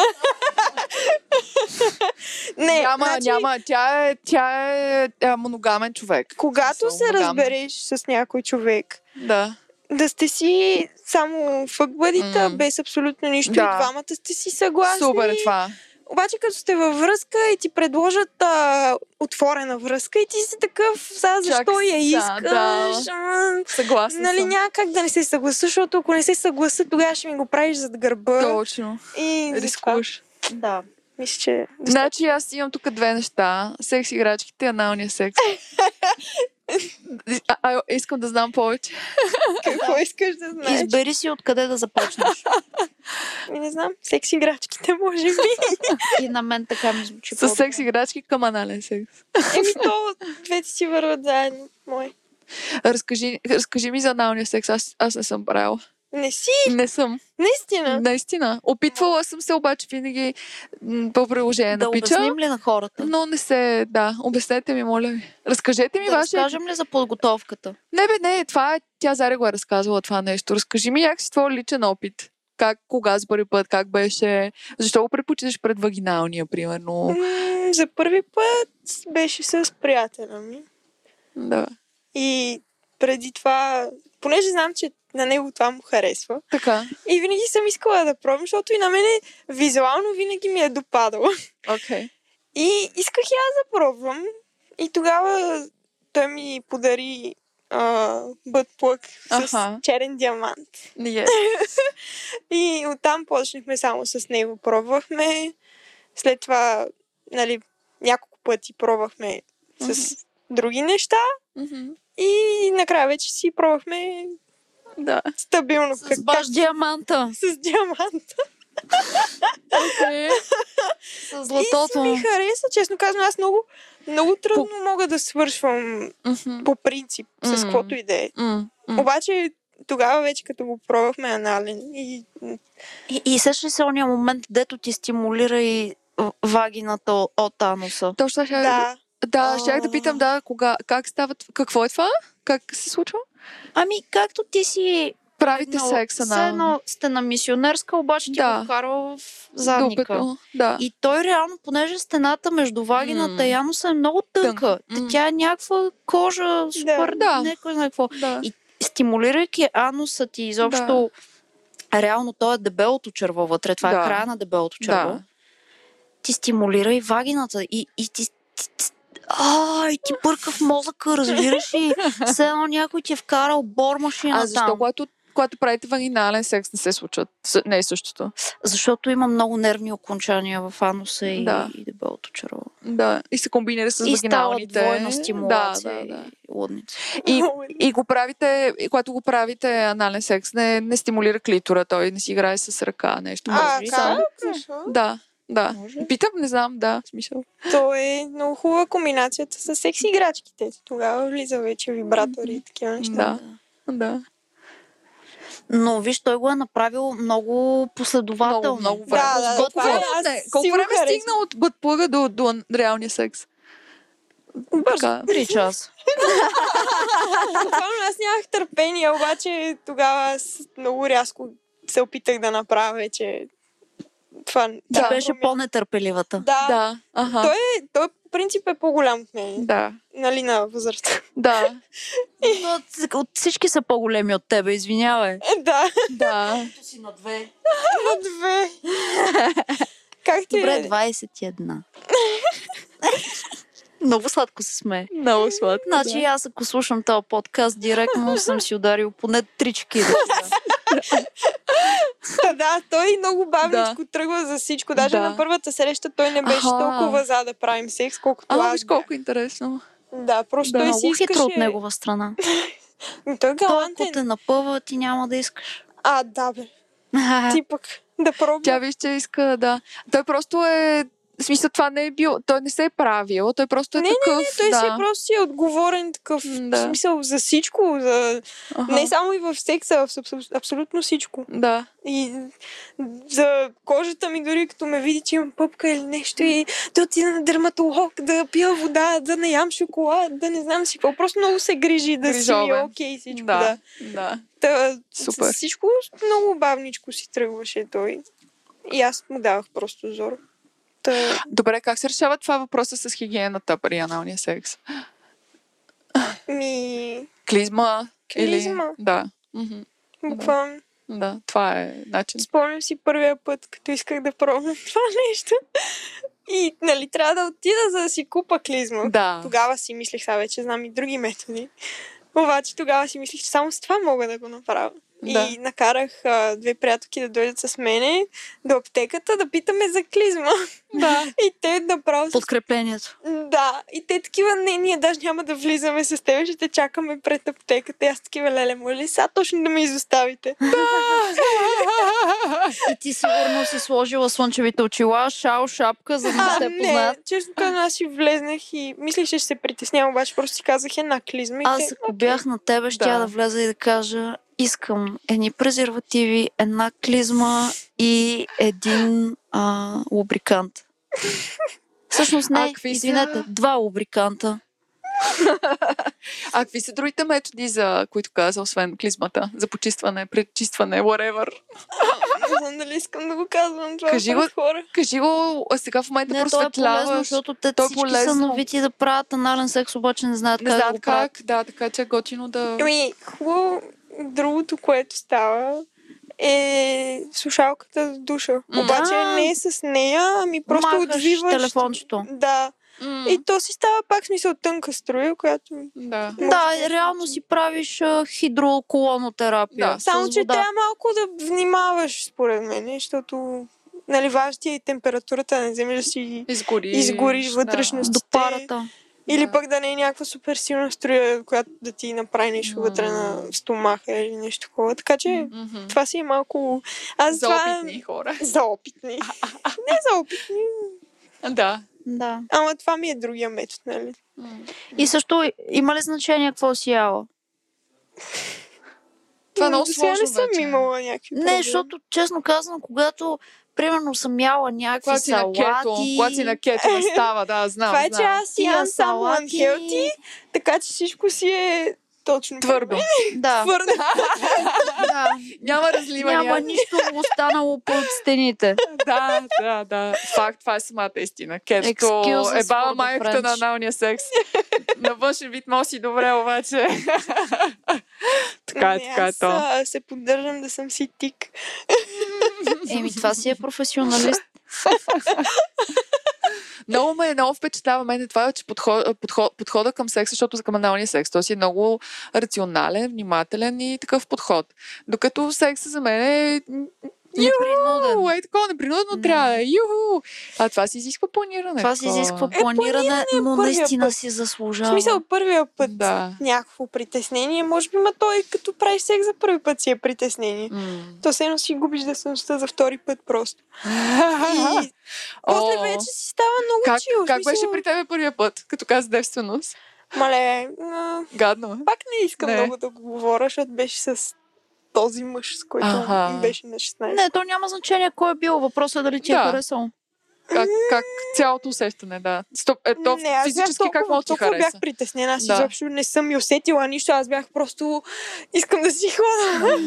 S3: Не,
S5: Няма,
S3: значи,
S5: няма. Тя е, тя е, а, моногамен човек.
S3: Когато
S5: Съм
S3: се
S5: моногамна.
S3: разбереш с някой човек,
S5: Да.
S3: да сте си само фъкбадита,
S5: М.
S3: без абсолютно нищо.
S5: Да.
S3: И двамата сте си съгласни.
S5: Супер е това.
S3: Обаче като сте във връзка и ти предложат а, отворена връзка и ти си такъв, сега защо я
S5: да,
S3: искаш?
S5: да.
S3: М,
S5: Съгласна
S3: Нали
S5: съм.
S3: няма как да не се съгласа, защото ако не се съгласа, тогава ще ми го правиш зад гърба.
S5: Точно.
S3: И затова
S5: Рискуваш.
S4: Да.
S3: Мисля, че...
S5: Значи аз имам тук две неща. Секс играчките и
S4: [LAUGHS]
S5: аналния секс. а, а, искам да знам повече.
S3: [LAUGHS] Какво искаш да знаеш?
S4: Избери си откъде да започнеш.
S3: Ми Не знам, секс играчките, може
S5: [LAUGHS]
S3: би.
S4: И на мен така ми звучи.
S5: С
S4: по-добре.
S5: секс играчки към анален секс.
S3: Еми то, двете си върват заедно. Мой.
S5: Разкажи, разкажи ми за аналния секс. Аз, аз не съм правила.
S3: Не си,
S5: Не съм.
S3: наистина.
S5: Наистина. Опитвала съм се обаче винаги м, по приложение
S4: Да
S5: на пича.
S4: обясним ли на хората?
S5: Но не се, да. Обяснете ми, моля ви. Разкажете ми
S4: Да
S5: ваше...
S4: разкажем ли за подготовката?
S5: Не, бе, не, това е... Тя Заря го е разказвала това нещо. Разкажи ми някакси твой личен опит. Как, кога за първи път, как беше... Защо го предпочиташ пред вагиналния, примерно?
S3: М, За първи път беше с приятеля ми.
S5: Да.
S3: И преди това, понеже знам, че на него това му харесва.
S5: Така.
S3: И винаги съм искала да пробвам, защото и на мене визуално винаги ми е допадало.
S5: Окей.
S3: И исках и аз да пробвам. И тогава той ми подари а, бътплък с
S5: Аха.
S3: черен диамант.
S5: Okay.
S3: И оттам почнахме само с него. Пробвахме. След това, нали, няколко пъти пробвахме с
S5: Мгм.
S3: други неща. И накрая вече си пробвахме
S5: Да.
S3: стабилно. Как-
S4: С баш диаманта.
S3: с диамант.
S5: [LAUGHS] Окей.
S4: С
S3: И си
S4: златото.
S3: ми хареса, честно казвам, аз много, много трудно мога да свършвам
S5: Мгм.
S3: по принцип
S5: М.
S3: с каквото и да е.
S5: М, м.
S3: Обаче тогава вече като го пробвахме анален и м,
S4: И, и сещаш ли се ония момент, дето ти стимулира и в- вагината о- от ануса?
S5: Точно ще...
S3: да,
S5: Да, щях да питам, да, кога, как става, тв- какво е това? Как се случва?
S4: Ами, както ти си...
S5: Правите
S4: но
S5: секса
S4: Все
S5: на...
S4: едно сте на мисионерска, обаче ти
S5: Да.
S4: го вкарва в задника.
S5: Дупето. Да.
S4: И той реално, понеже стената между вагината
S5: М.
S4: и ануса е много тънка.
S5: М.
S4: Тънка. Тя е някаква кожа, супер,
S5: Да.
S4: да. не кой знае какво.
S5: Да.
S4: И стимулирайки ануса ти изобщо, да. реално то е дебелото черво вътре, това
S5: Да.
S4: е края на дебелото черво,
S5: Да.
S4: да. ти стимулира и вагината. И, и ти, ти, ти Ай, ти бърка в мозъка, разбираш
S5: [LAUGHS]
S4: ли? Все едно някой ти е вкарал бормашина
S5: А защо,
S4: там.
S5: когато, когато правите вагинален секс, не се случват? С- Не е същото.
S4: Защото има много нервни окончания в ануса и,
S5: Да.
S4: да. и дебелото черво.
S5: Да. И се комбинира с
S4: и става
S5: вагиналните.
S4: двойна стимулация
S5: Да, да, да.
S4: и лудница.
S3: [LAUGHS]
S5: И,
S3: е
S5: и го правите, и когато го правите анален секс, не, не стимулира клитора, той не си играе с ръка, нещо.
S3: а,
S5: може би.
S3: как?
S5: Само-
S3: Защо?
S5: Да, да.
S4: Може.
S5: Питам, не знам, да, в смисъл.
S3: То е много хубава комбинацията с секс играчките. Тогава влиза вече вибратори и такива неща.
S5: Да, да.
S4: Но виж, той го е направил много последователно.
S5: Много, много
S3: Да,
S5: време.
S3: да, да,
S5: Колко
S3: това е,
S5: време,
S3: аз
S5: отне?
S3: си
S5: Колко
S3: го
S5: време
S3: харесвам. [LAUGHS]
S5: стигна от бътплъга до, до реалния секс?
S3: Бързо.
S5: Така.
S4: Три часа.
S3: Буквално аз нямах търпение, обаче тогава аз много рязко се опитах да направя, че това...
S4: Ти
S3: тази
S4: беше
S3: промяна-
S4: по-нетърпеливата.
S3: Да, да.
S5: Да. Аха.
S3: Той Той по принцип е по-голям от мен.
S5: Да.
S3: Нали, на възраст.
S4: [LAUGHS]
S5: Да.
S4: Но от- от всички са по-големи от тебе, извинявай.
S3: Е, [LAUGHS]
S5: [LAUGHS]
S3: да,
S5: Да.
S4: Си на две.
S3: на две. как ти
S4: Добре,
S3: е?
S4: 21. [LAUGHS] Много сладко се сме.
S5: Много сладко.
S4: Значи аз ако слушам този подкаст,
S3: [LAUGHS]
S4: директно съм си ударил поне три чекида.
S3: Та, [LAUGHS] да, той много бавничко тръгва за всичко. Даже
S5: Да.
S3: на първата среща той не беше
S5: Аха.
S3: толкова за да правим секс, колкото
S5: А,
S3: аз.
S5: виж
S3: бях.
S5: колко интересно.
S3: Да, просто
S5: Да.
S3: той си
S4: Много хитро от
S3: искаше...
S4: негова страна.
S3: Ми, Той е
S4: Той, ако
S3: галантен.
S4: те напъва, ти няма да искаш.
S3: А, да, бе. Ти пък да
S5: Тя
S3: пробва.
S5: виж, че иска да... Той просто е... В смисъл, това не е бил... Той не се е правил. Той просто е
S3: Не, не,
S5: такъв.
S3: Той
S5: да.
S3: си е просто си е отговорен такъв
S5: М, да.
S3: в смисъл за всичко. За...
S5: Аха.
S3: Не само и в секса, а в абс- абсолютно всичко.
S5: Да.
S3: И за кожата ми, дори като ме види, че имам пъпка или нещо, и да отида на дерматолог, да пия вода, да не ям шоколад, да не знам си какво. Просто много се грижи да си ми
S5: Грижовен.
S3: окей и всичко. Да.
S5: Да.
S3: да.
S5: Да.
S3: Та,
S5: Супер.
S3: с- Всичко много бавничко си тръгваше той. И аз му давах просто зор. Та,
S5: Добре, как се решава това въпроса с хигиената при аналния секс?
S3: ми...
S5: Клизма?
S3: Клизма.
S5: Или... Да. Мгм.
S3: Буквално.
S5: Да, това е начин.
S3: Спомням си първия път, като исках да пробвам [LAUGHS] това нещо. И, нали, трябва да отида, за да си купа клизма.
S5: Да.
S3: Тогава си мислех, сега вече знам и други методи. Обаче тогава си мислех, че само с това мога да го направя.
S5: Да.
S3: И накарах а, две приятелки да дойдат с мене до аптеката да питаме за клизма.
S5: Да.
S3: [LAUGHS] И те направо... с-
S4: Подкреплението.
S3: Да, и те такива, не, ние даже няма да влизаме с теб, ще те чакаме пред аптеката. И аз такива, леле, моля ли сега точно да ме изоставите?
S4: И ти сигурно си сложила слънчевите очила, шал, шапка, за да не
S3: А,
S4: те
S3: не,
S4: познаят.
S3: честно казано, аз си влезнах и мислех, че ще се притеснявам, обаче просто си казах една клизма и е те...
S4: Аз ако бях на тебе, ще
S5: Е, Да.
S4: да. да вляза и да кажа искам едни презервативи, една клизма и един а, лубрикант. Всъщност
S5: А,
S4: не,
S5: какви са-
S4: извинете, два лубриканта.
S5: А какви са другите методи, за които каза, освен клизмата? За почистване, предчистване, whatever.
S3: Не знам дали искам да го казвам това
S5: Кажи
S3: Кажи
S5: го.
S3: пред хора.
S5: Кажи го, а сега в момента
S4: Не, то е полезно,
S5: просветляваш.
S4: защото те
S5: то е
S4: всички
S5: полезно.
S4: са новити да правят анален секс, обаче не знаят
S5: Не
S4: как да
S5: знам
S4: го правят.
S5: как, да, така че е готино да...
S3: Ами, хубаво, другото, което става е слушалката за душа.
S5: М.
S3: Обаче
S4: Да.
S3: не е с нея, ами просто
S4: Махаш
S3: отвиваш.
S4: телефончето.
S3: Да.
S5: М,
S3: И то си става пак в смисъл тънка струя, която...
S5: Да.
S4: Да, реално си правиш а, хидроколонотерапия.
S5: Да.
S4: с
S3: Само, че
S4: вода.
S3: трябва малко да внимаваш, според мен, защото нали, важна ти е и температурата, не вземеш да си
S5: Изгориш.
S3: изгориш вътрешностите.
S4: До парата.
S3: Или
S5: Да.
S3: пък да не е някаква супер силна струя, която да ти направи нещо
S5: М.
S3: вътре на стомаха или нещо такова. Така че
S4: М.
S5: Да. Мгм.
S3: това си е малко... Аз
S5: За
S3: това... е-
S5: опитни хора. [LAUGHS]
S3: За опитни. не за опитни.
S5: Да.
S4: Да.
S3: Ама това ми е другия метод, нали?
S5: М.
S4: И също има ли значение какво си яла?
S5: Това е
S3: М,
S5: много
S3: до сега
S5: сложно значи.
S3: не съм
S5: вече.
S3: имала някакви
S4: Не,
S3: проблеми.
S4: защото честно казвам, когато примерно съм яла някакви
S5: Когато си на
S4: салати...
S5: кето, когато си на кето, не става, да, знам,
S3: Това е, че
S5: знам.
S3: аз ям само unhealthy, така че всичко си е точно.
S5: Твърдо.
S4: [LAUGHS] Да,
S3: Твърдо.
S4: [LAUGHS]
S5: [LAUGHS]
S4: да.
S5: Няма разливания.
S4: Няма нищо останало под стените.
S5: Да, да, да. Факт, това е самата истина. Кето
S4: Excuses
S5: е
S4: for
S5: баба
S4: the
S5: майката на
S4: French.
S5: аналния секс. На външен вид може си добре, обаче. така е,
S3: Не,
S5: така е
S3: Нали, аз,
S5: то.
S3: а, се поддържам да съм си тик.
S4: Еми, това
S5: [LAUGHS]
S4: си е професионалист.
S5: Много ме много впечатлява мен е това, че подход, подход, подхода към секса, защото към аналния секс, той си е много рационален, внимателен и такъв подход. Докато секса за мен е
S4: Непринуден.
S5: Уу, е такова непринудно
S4: Не.
S5: трябва. да е, Юху! А това си изисква планиране.
S4: Това си
S5: такова.
S4: изисква планиране,
S5: е
S4: но
S3: първия
S4: наистина
S3: път.
S4: си
S3: В
S4: заслужава.
S3: смисъл, първия път
S5: Да.
S3: някакво притеснение, може би, ма той като правиш секс за първи път си е притеснение.
S5: М.
S3: То все едно си губиш десността за втори път просто. И после
S5: [LAUGHS] О.
S3: вече си става много
S5: Как,
S3: чил.
S5: как беше при тебе първия път, като каза девственост?
S3: Мале, а,
S5: Гадно. е.
S3: пак не искам
S5: Не.
S3: много да го говоря, защото беше с този мъж, с който
S5: Аха.
S3: беше на 16.
S4: Не, то няма значение кой е бил. Въпросът е дали ти
S5: Да.
S4: е харесал.
S5: как, как цялото усещане, да. Стоп, е, то
S3: не, аз бях
S5: физически как
S3: толкова,
S5: мога ти
S3: толкова
S5: хареса?
S3: бях притеснена, аз
S5: Да.
S3: изобщо не съм и усетила нищо, аз бях просто искам да си
S5: [LAUGHS]
S3: хода.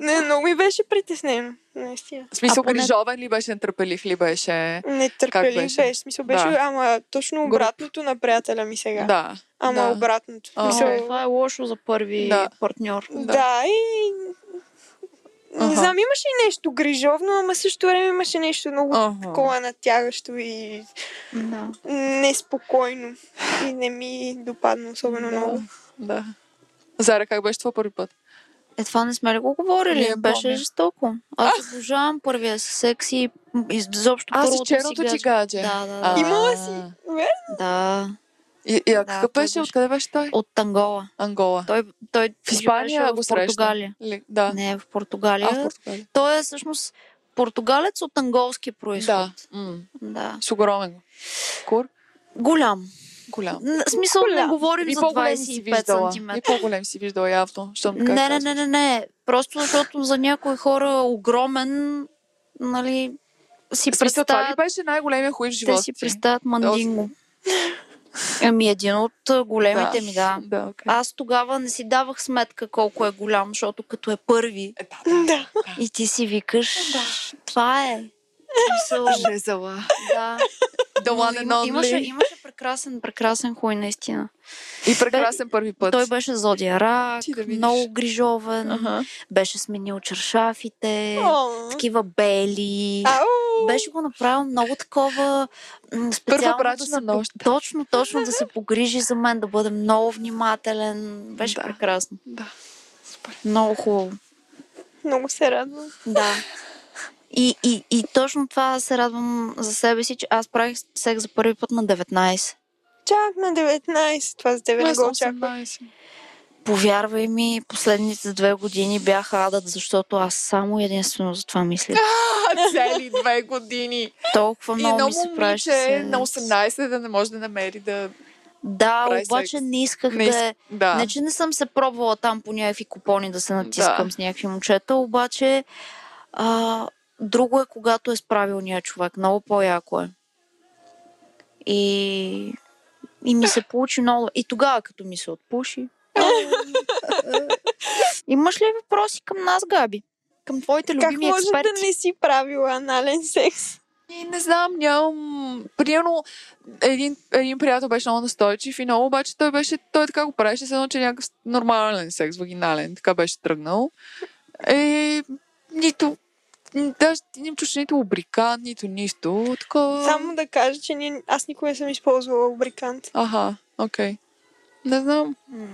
S3: не, много ми беше притеснено, наистина.
S5: В смисъл,
S4: А поне-
S5: грижовен ли беше, нетърпелив ли беше?
S3: Нетърпелив
S5: беше?
S3: беше? Смисъл беше,
S5: Да.
S3: ама точно
S5: Груб.
S3: обратното на приятеля ми сега.
S5: Да.
S3: Ама
S5: да.
S3: обратното.
S5: А,
S3: Мисъл,
S5: окей.
S4: Това е лошо за първи
S5: Да.
S4: партньор.
S5: Да.
S3: да. да, и...
S5: Аха.
S3: Не знам, имаше и нещо грижовно, ама също време имаше нещо много
S5: Ага.
S3: такова натягащо и
S4: Да.
S3: неспокойно. И не ми допадна особено
S5: Да.
S3: много.
S5: Да. Зара, как беше това първи път?
S4: Е, това не сме ли го говорили?
S5: Не
S4: Беше
S5: помня.
S4: жестоко. Аз обожавам първия си секс и м, изобщо
S5: А, с
S4: първото си
S5: черното ти
S4: гадже.
S5: гадже.
S4: Да, да,
S5: А.
S4: да.
S3: Имала си.
S5: Е,
S3: Бе,
S4: да.
S5: И, и а
S4: Да,
S5: какъв
S4: той
S5: беше?
S4: беше-
S5: Откъде беше той?
S4: От Ангола.
S5: Ангола.
S4: Той, той
S5: В Испания
S4: живееше
S5: го
S4: в
S5: срещна.
S4: Португалия.
S5: Ли? Да.
S4: Не, в Португалия.
S5: А, в Португалия.
S4: Той е всъщност португалец от анголски происход.
S5: Да. М.
S4: Да.
S5: С огромен. Кур.
S4: Голям.
S5: Голям.
S4: Н- Смисъл, не
S3: Голям.
S4: говорим
S5: И
S4: за
S5: по-голем си
S4: 25
S5: виждала.
S4: см.
S5: И по-голем си виждала явно. Щом така
S4: Не, не,
S5: казваш.
S4: не, не, не. Просто защото за някои хора огромен, нали, си
S5: В Смисъл, това ли
S4: представят
S5: беше най-големия хуй в
S4: Те
S5: живота
S4: си представят мандинго. Ами един от а, големите ми, да.
S5: Да, окей.
S4: Аз тогава не си давах сметка колко е голям, защото като е първи
S5: Е, да,
S4: [LAUGHS]
S3: Да.
S4: и ти си викаш, това е. Мисъл,
S5: Жезела.
S4: да.
S5: The
S4: Но
S5: [LAUGHS] one and
S4: има- имаше,
S5: only.
S4: имаше прекрасен, прекрасен хуй, наистина.
S5: И прекрасен първи път.
S4: Той беше зодиарак,
S5: Ти да видиш.
S4: много грижовен,
S5: Аха.
S4: беше сменил чершафите,
S3: О.
S4: такива бели.
S3: Ау.
S4: беше го направил много такова м, специално да
S5: брачна
S4: се, по-
S5: нощ.
S4: Точно, точно да се погрижи за мен, да бъде много внимателен. Беше
S5: Да.
S4: прекрасно.
S5: Да.
S4: Много хубаво.
S3: Много се радвам.
S4: Да. И, и, и точно това се радвам за себе си, че аз правих секс за първи път на 19.
S3: Чак на 19. Това за тебе не
S5: Аз съм
S3: го очаквам.
S5: 18.
S4: Повярвай ми, последните две години бяха адът, защото аз само и единствено за това
S5: [LAUGHS]
S4: мисля.
S5: А, цели две години.
S4: Толкова
S5: И
S4: много,
S5: едно
S4: ми се правеше.
S5: момиче на
S4: секс.
S5: 18 да не може да намери да...
S4: Да,
S5: прави
S4: обаче
S5: секс.
S4: не исках
S5: Не
S4: да е
S5: иска- Да.
S4: Не, че не съм се пробвала там по някакви купони да се натискам
S5: Да.
S4: с някакви момчета, обаче а, друго е, когато е с правилния човек. Много по-яко е. И, и ми се получи много. И тогава, като ми се
S5: [LAUGHS]
S4: отпуши. Имаш ли въпроси към нас, Габи? Към твоите
S3: Как
S4: любими
S3: може
S4: експерти?
S3: да не си правила анален секс?
S5: И не знам, нямам... Примерно, един, един приятел беше много настойчив и много, обаче той беше... Той така го правеше, се едно, че е някакъв нормален секс, вагинален. Така беше тръгнал. Е, нито... н- Даже ти не им чуш нито лубрикант, нито нищо. Такова...
S3: Само да кажа, че ни... аз никога не съм използвала лубрикант.
S5: Аха, окей. Не знам.
S4: М,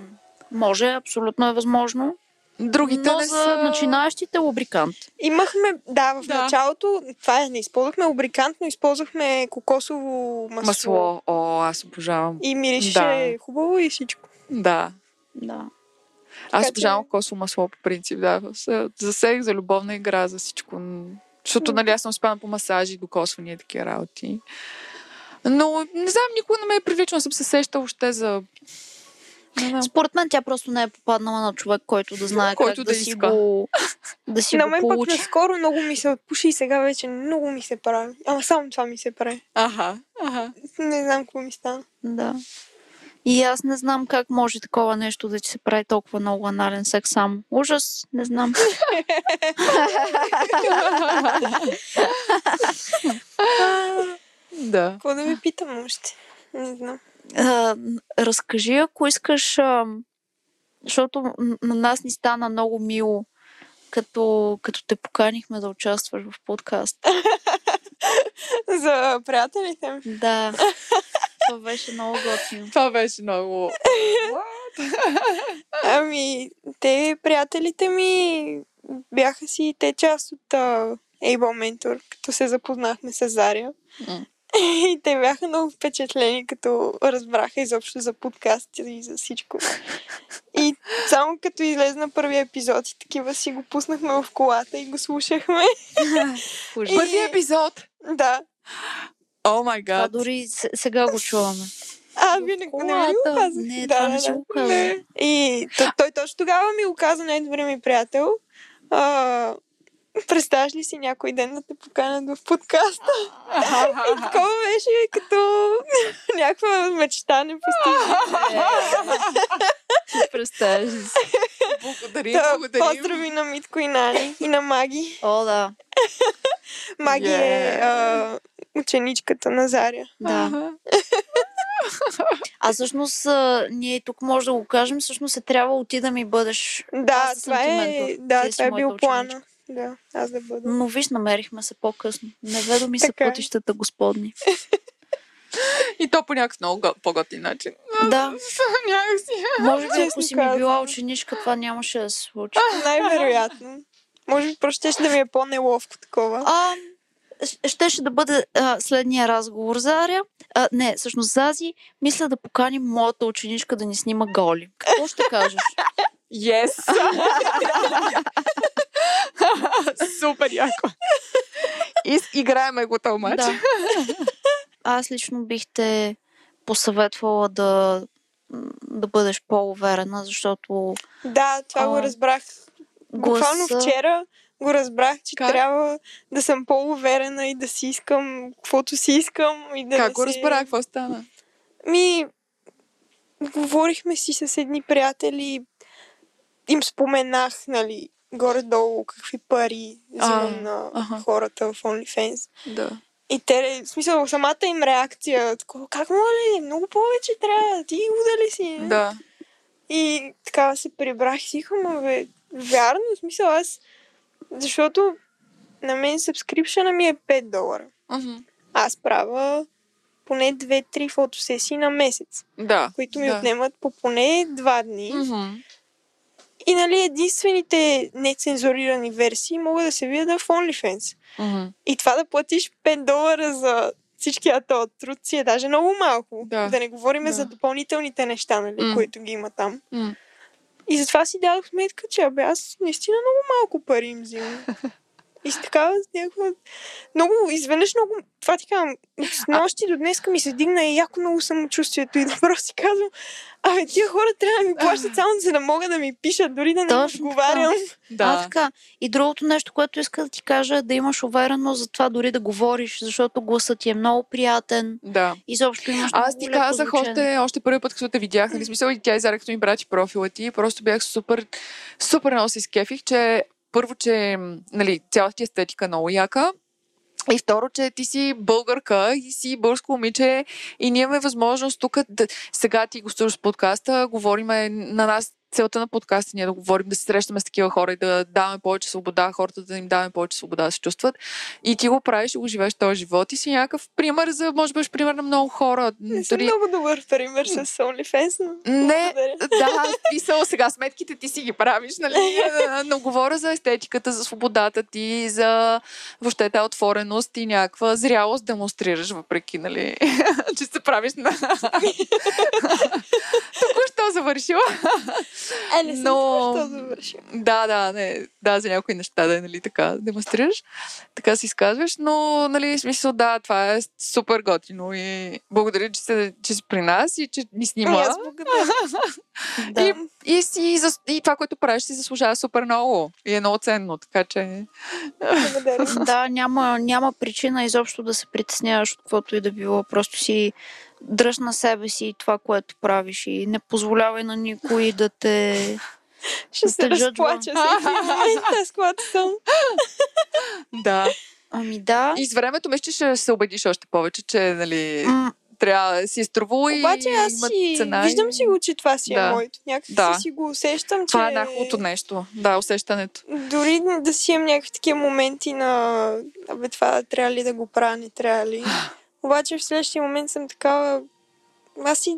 S4: Може, абсолютно е възможно.
S5: Другите
S4: Но
S5: не
S4: за
S5: са...
S4: начинаещите лубрикант.
S3: Имахме, да, в
S5: Да.
S3: началото, това е, не използвахме лубрикант, но използвахме кокосово масло.
S5: Масло. О, аз обожавам.
S3: И мирише
S5: Да.
S3: хубаво и всичко.
S5: Да.
S4: Да.
S5: Аз
S3: че-
S5: обожавам косо масло по принцип, да. За- За секс, за любовна игра, за всичко. М, Защото, нали, аз съм успяна по масажи, докосвания и такива работи. Но, не знам, никога не ме е привличала, съм се сещала още за... Не знам.
S4: Според мен тя просто не е попаднала на човек, който да знае
S5: Който
S4: как
S5: да
S4: да, си
S5: иска.
S4: го да си
S3: На
S4: го
S3: мен пък
S4: получи.
S3: наскоро много ми се отпуши и сега вече много ми се прави. Ама само това ми се прави.
S5: Аха, аха.
S3: Не знам какво ми стана.
S4: Да. И аз не знам как може такова нещо да ти се прави толкова много анален секс сам. Ужас, не знам.
S5: Да.
S3: Какво да ви питам още? Не знам. [LAUGHS]
S4: А, разкажи, ако искаш, а, защото н- на нас ни стана много мило, като, като те поканихме да участваш в подкаст.
S3: За приятелите ми.
S5: [LAUGHS]
S4: Да. Това беше много готино.
S5: Това беше много...
S3: Ами, те, приятелите ми, бяха си те част от а, Able Mentor, като се запознахме с Заря.
S5: М.
S3: [LAUGHS] И те бяха много впечатлени, като разбраха изобщо за подкасти и за всичко. И само като излезна първия епизод и такива си го пуснахме в колата и го слушахме.
S4: Ужас.
S5: Първи епизод!
S3: Да.
S5: О май
S4: Това
S5: гад!
S4: дори с- сега го чуваме.
S3: А, вие не, не ми го
S4: Колата.
S3: казахте.
S4: Не,
S3: да,
S4: това
S3: да,
S4: не си
S3: да.
S4: го казах.
S3: И той, той точно тогава ми го каза най-добре ми приятел. е А, Представяш ли си някой ден да те поканят в подкаста? И такова беше като [LAUGHS] някаква мечта не
S4: Представяш ли си?
S5: Благодарим,
S3: постигна.
S5: благодарим.
S3: Поздрави на Митко и Нани и на Маги.
S4: О, да.
S3: Маги е а, ученичката на Заря.
S4: да. А всъщност, а, ние тук може да го кажем, всъщност е трябва ти да ми бъдеш.
S3: Да,
S4: Аз да съм
S3: това
S4: ти
S3: е,
S4: ментор.
S3: да,
S4: Ти си
S3: това е
S4: моята
S3: бил плана. Да, аз да бъда.
S4: Но виж, намерихме се по-късно. Неведоми са
S3: Така е.
S4: пътищата, господни.
S5: И то по някакъв много го- по-готин начин.
S4: Да,
S5: Някакси.
S4: може би ако
S3: Честно
S4: си ми била
S3: казано.
S4: ученичка, това нямаше да се случи.
S3: [LAUGHS] Най-вероятно. Може би просто ще да ми е по-неловко такова.
S4: А, щ- щеше да бъде а, следния разговор за Аря. А, не, всъщност Зази, мисля да поканим моята ученичка да ни снима голи. Какво ще кажеш?
S5: Yes! Супер яко. И с- играеме го тълмач.
S4: Да. [LAUGHS] Аз лично бих те посъветвала да, да бъдеш по-уверена, защото
S3: Да, това
S4: А,
S3: го разбрах. Буквално
S4: гласа-
S3: вчера го разбрах, че
S5: Как?
S3: трябва да съм по-уверена и да си искам каквото си искам. И да
S5: Как
S3: не
S5: го
S3: се-
S5: разбра? Какво стана?
S3: Ми, говорихме си с едни приятели, им споменах, нали, горе-долу какви пари взимам
S5: А,
S3: на
S5: аха.
S3: хората в OnlyFans.
S5: Да.
S3: И те, в смисъл, самата им реакция, такова, как моля, много повече трябва, ти луда ли си?
S5: Да.
S3: И така се прибрах и си, викам, «Ма бе, вярно, в смисъл аз, защото на мен сабскрипшена ми е 5 долара.
S5: Мгм.
S3: Аз правя поне 2-3 фотосесии на месец,
S5: Да.
S3: които ми
S5: да.
S3: отнемат по поне 2 дни.
S5: Мгм.
S3: И нали единствените нецензурирани версии могат да се видят в OnlyFans.
S5: Мгм.
S3: И това да платиш 5 долара за всичкия този труд си е даже много малко.
S5: Да.
S3: да не говорим
S5: Да.
S3: за допълнителните неща, нали,
S5: М.
S3: които ги има там.
S5: М.
S3: И затова си дадох сметка, че абе, аз наистина много малко пари им
S5: [LAUGHS]
S3: взимам. И с такава с някаква... Много, изведнъж много... Това ти казвам, от нощи до днеска ми се дигна и яко много самочувствието и добро си казвам, абе, тия хора трябва да ми плащат само, за да могат да ми пишат, дори да не им
S4: Точно така.
S3: отговарям.
S4: А,
S5: Да.
S4: така. И другото нещо, което иска да ти кажа е да имаш увереност за това дори да говориш, защото гласът ти е много приятен.
S5: Да.
S4: Изобщо имаш
S5: Аз
S4: много
S5: ти
S4: леко
S5: казах
S4: звучене.
S5: още, още първи път, като те видях, нали смисъл, и тя изара, като ми прати профила ти, просто бях супер, супер много се изкефих, че първо, че м, нали, цялата ти естетика е много яка, и второ, че ти си българка и си българско момиче и ние имаме възможност тук, да, сега ти гостуваш с подкаста, говориме на нас целта на подкаста ние да говорим, да се срещаме с такива хора и да даваме повече свобода, хората да им даваме повече свобода да се чувстват. И ти го правиш и го живееш този живот и си някакъв пример за, може би, пример на много хора.
S3: Не съм много добър пример с OnlyFans, но...
S5: Не,
S3: благодаря.
S5: да, писал сега сметките ти си ги правиш, нали? А, Но говоря за естетиката, за свободата ти, за въобще тази отвореност и някаква зрялост демонстрираш, въпреки, нали, [LAUGHS] че се правиш на... [LAUGHS] Току-що завършила.
S3: Е, не съм
S5: Но-
S3: но... какво завършила.
S5: Да, да, не, да, за някои неща да е, нали, така демонстрираш, така се изказваш, но, нали, в смисъл, да, това е супер готино и благодаря, че, се, че си при нас и че ни снима.
S3: Ами Аз благодаря.
S4: Да.
S5: И, и, си, зас- и това, което правиш, си заслужава супер много. И е много ценно, така че...
S3: благодаря.
S4: Да, няма, няма причина изобщо да се притесняваш от каквото и да било. Просто си дръж на себе си и това, което правиш и не позволявай на никой да те...
S3: Ще
S4: Да
S3: се
S4: джаджвам.
S3: разплача всеки момент, аз когато
S5: [LAUGHS]
S3: съм.
S5: Да.
S4: Ами да.
S5: И с времето мисля, че ще се убедиш още повече, че, нали,
S4: М,
S5: трябва да си изтрувало и
S3: Обаче аз
S5: има
S3: си...
S5: цена. и-
S3: Виждам си го, че това си
S5: Да.
S3: е моето. Някакси
S5: Да.
S3: си го усещам,
S5: Това
S3: че...
S5: е най-хубавото нещо. Да, усещането.
S3: Дори да си имам някакви такива моменти на... Абе, това трябва ли да го правя, не трябва
S5: [GASPS]
S3: ли. Обаче в следващия момент съм такава... Аз си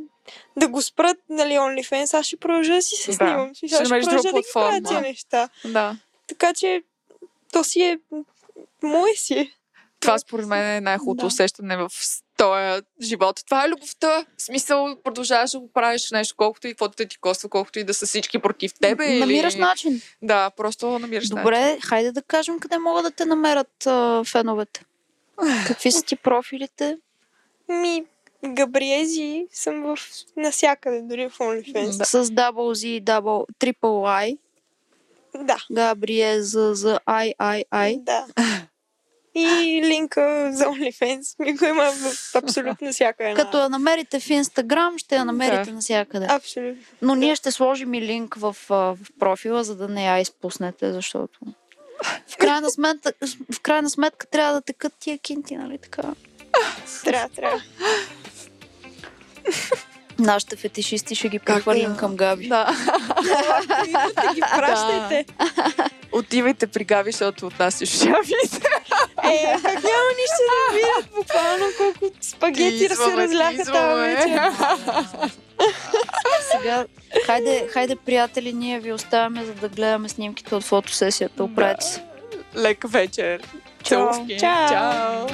S3: да го спрат, нали, OnlyFans, аз ще продължа да си се
S5: Да.
S3: снимам.
S5: Ще
S3: Ще, ще
S5: намериш друга
S3: продължа да ги правя
S5: платформа.
S3: тия неща.
S5: Да.
S3: Така че то си е... Мое си е.
S5: Това според мен е най-хубавото
S4: Да.
S5: усещане в с- този живот. Това е любовта. В смисъл, продължаваш да го правиш нещо, колкото и каквото ти коства, колкото и да са всички против тебе. или-
S4: намираш начин.
S5: Да, просто намираш начин.
S4: Добре, хайде да кажем къде могат да те намерят а, феновете. Какви са ти профилите?
S3: Ми, Габриези съм в... навсякъде, дори в OnlyFans.
S4: С double Z и double triple I.
S3: Да.
S4: Габрие за, за е ай, ай, ай.
S3: Да. И линка за OnlyFans ми го има в абсолютно всяка една.
S4: Като е. я намерите в Инстаграм, ще я намерите навсякъде.
S3: Абсолютно.
S4: Но ние ще сложим и линк в, а, в профила, за да не я изпуснете, защото в крайна сметка, в крайна сметка трябва да текат тия кинти, нали така?
S3: Трябва, трябва.
S4: Нашите фетишисти ще ги прехвърлим към Габи.
S5: Да.
S3: Идвате, ги пращайте.
S5: Отивайте при Габи, защото от нас ще шавите.
S3: Е, как няма нищо да видят буквално колко спагети се разляха там вече.
S5: е.
S4: Сега, хайде, хайде, приятели, ние ви оставяме, за да гледаме снимките от фотосесията. Оправете се.
S5: Лека вечер. Целувки.
S3: Чао.
S5: Чао.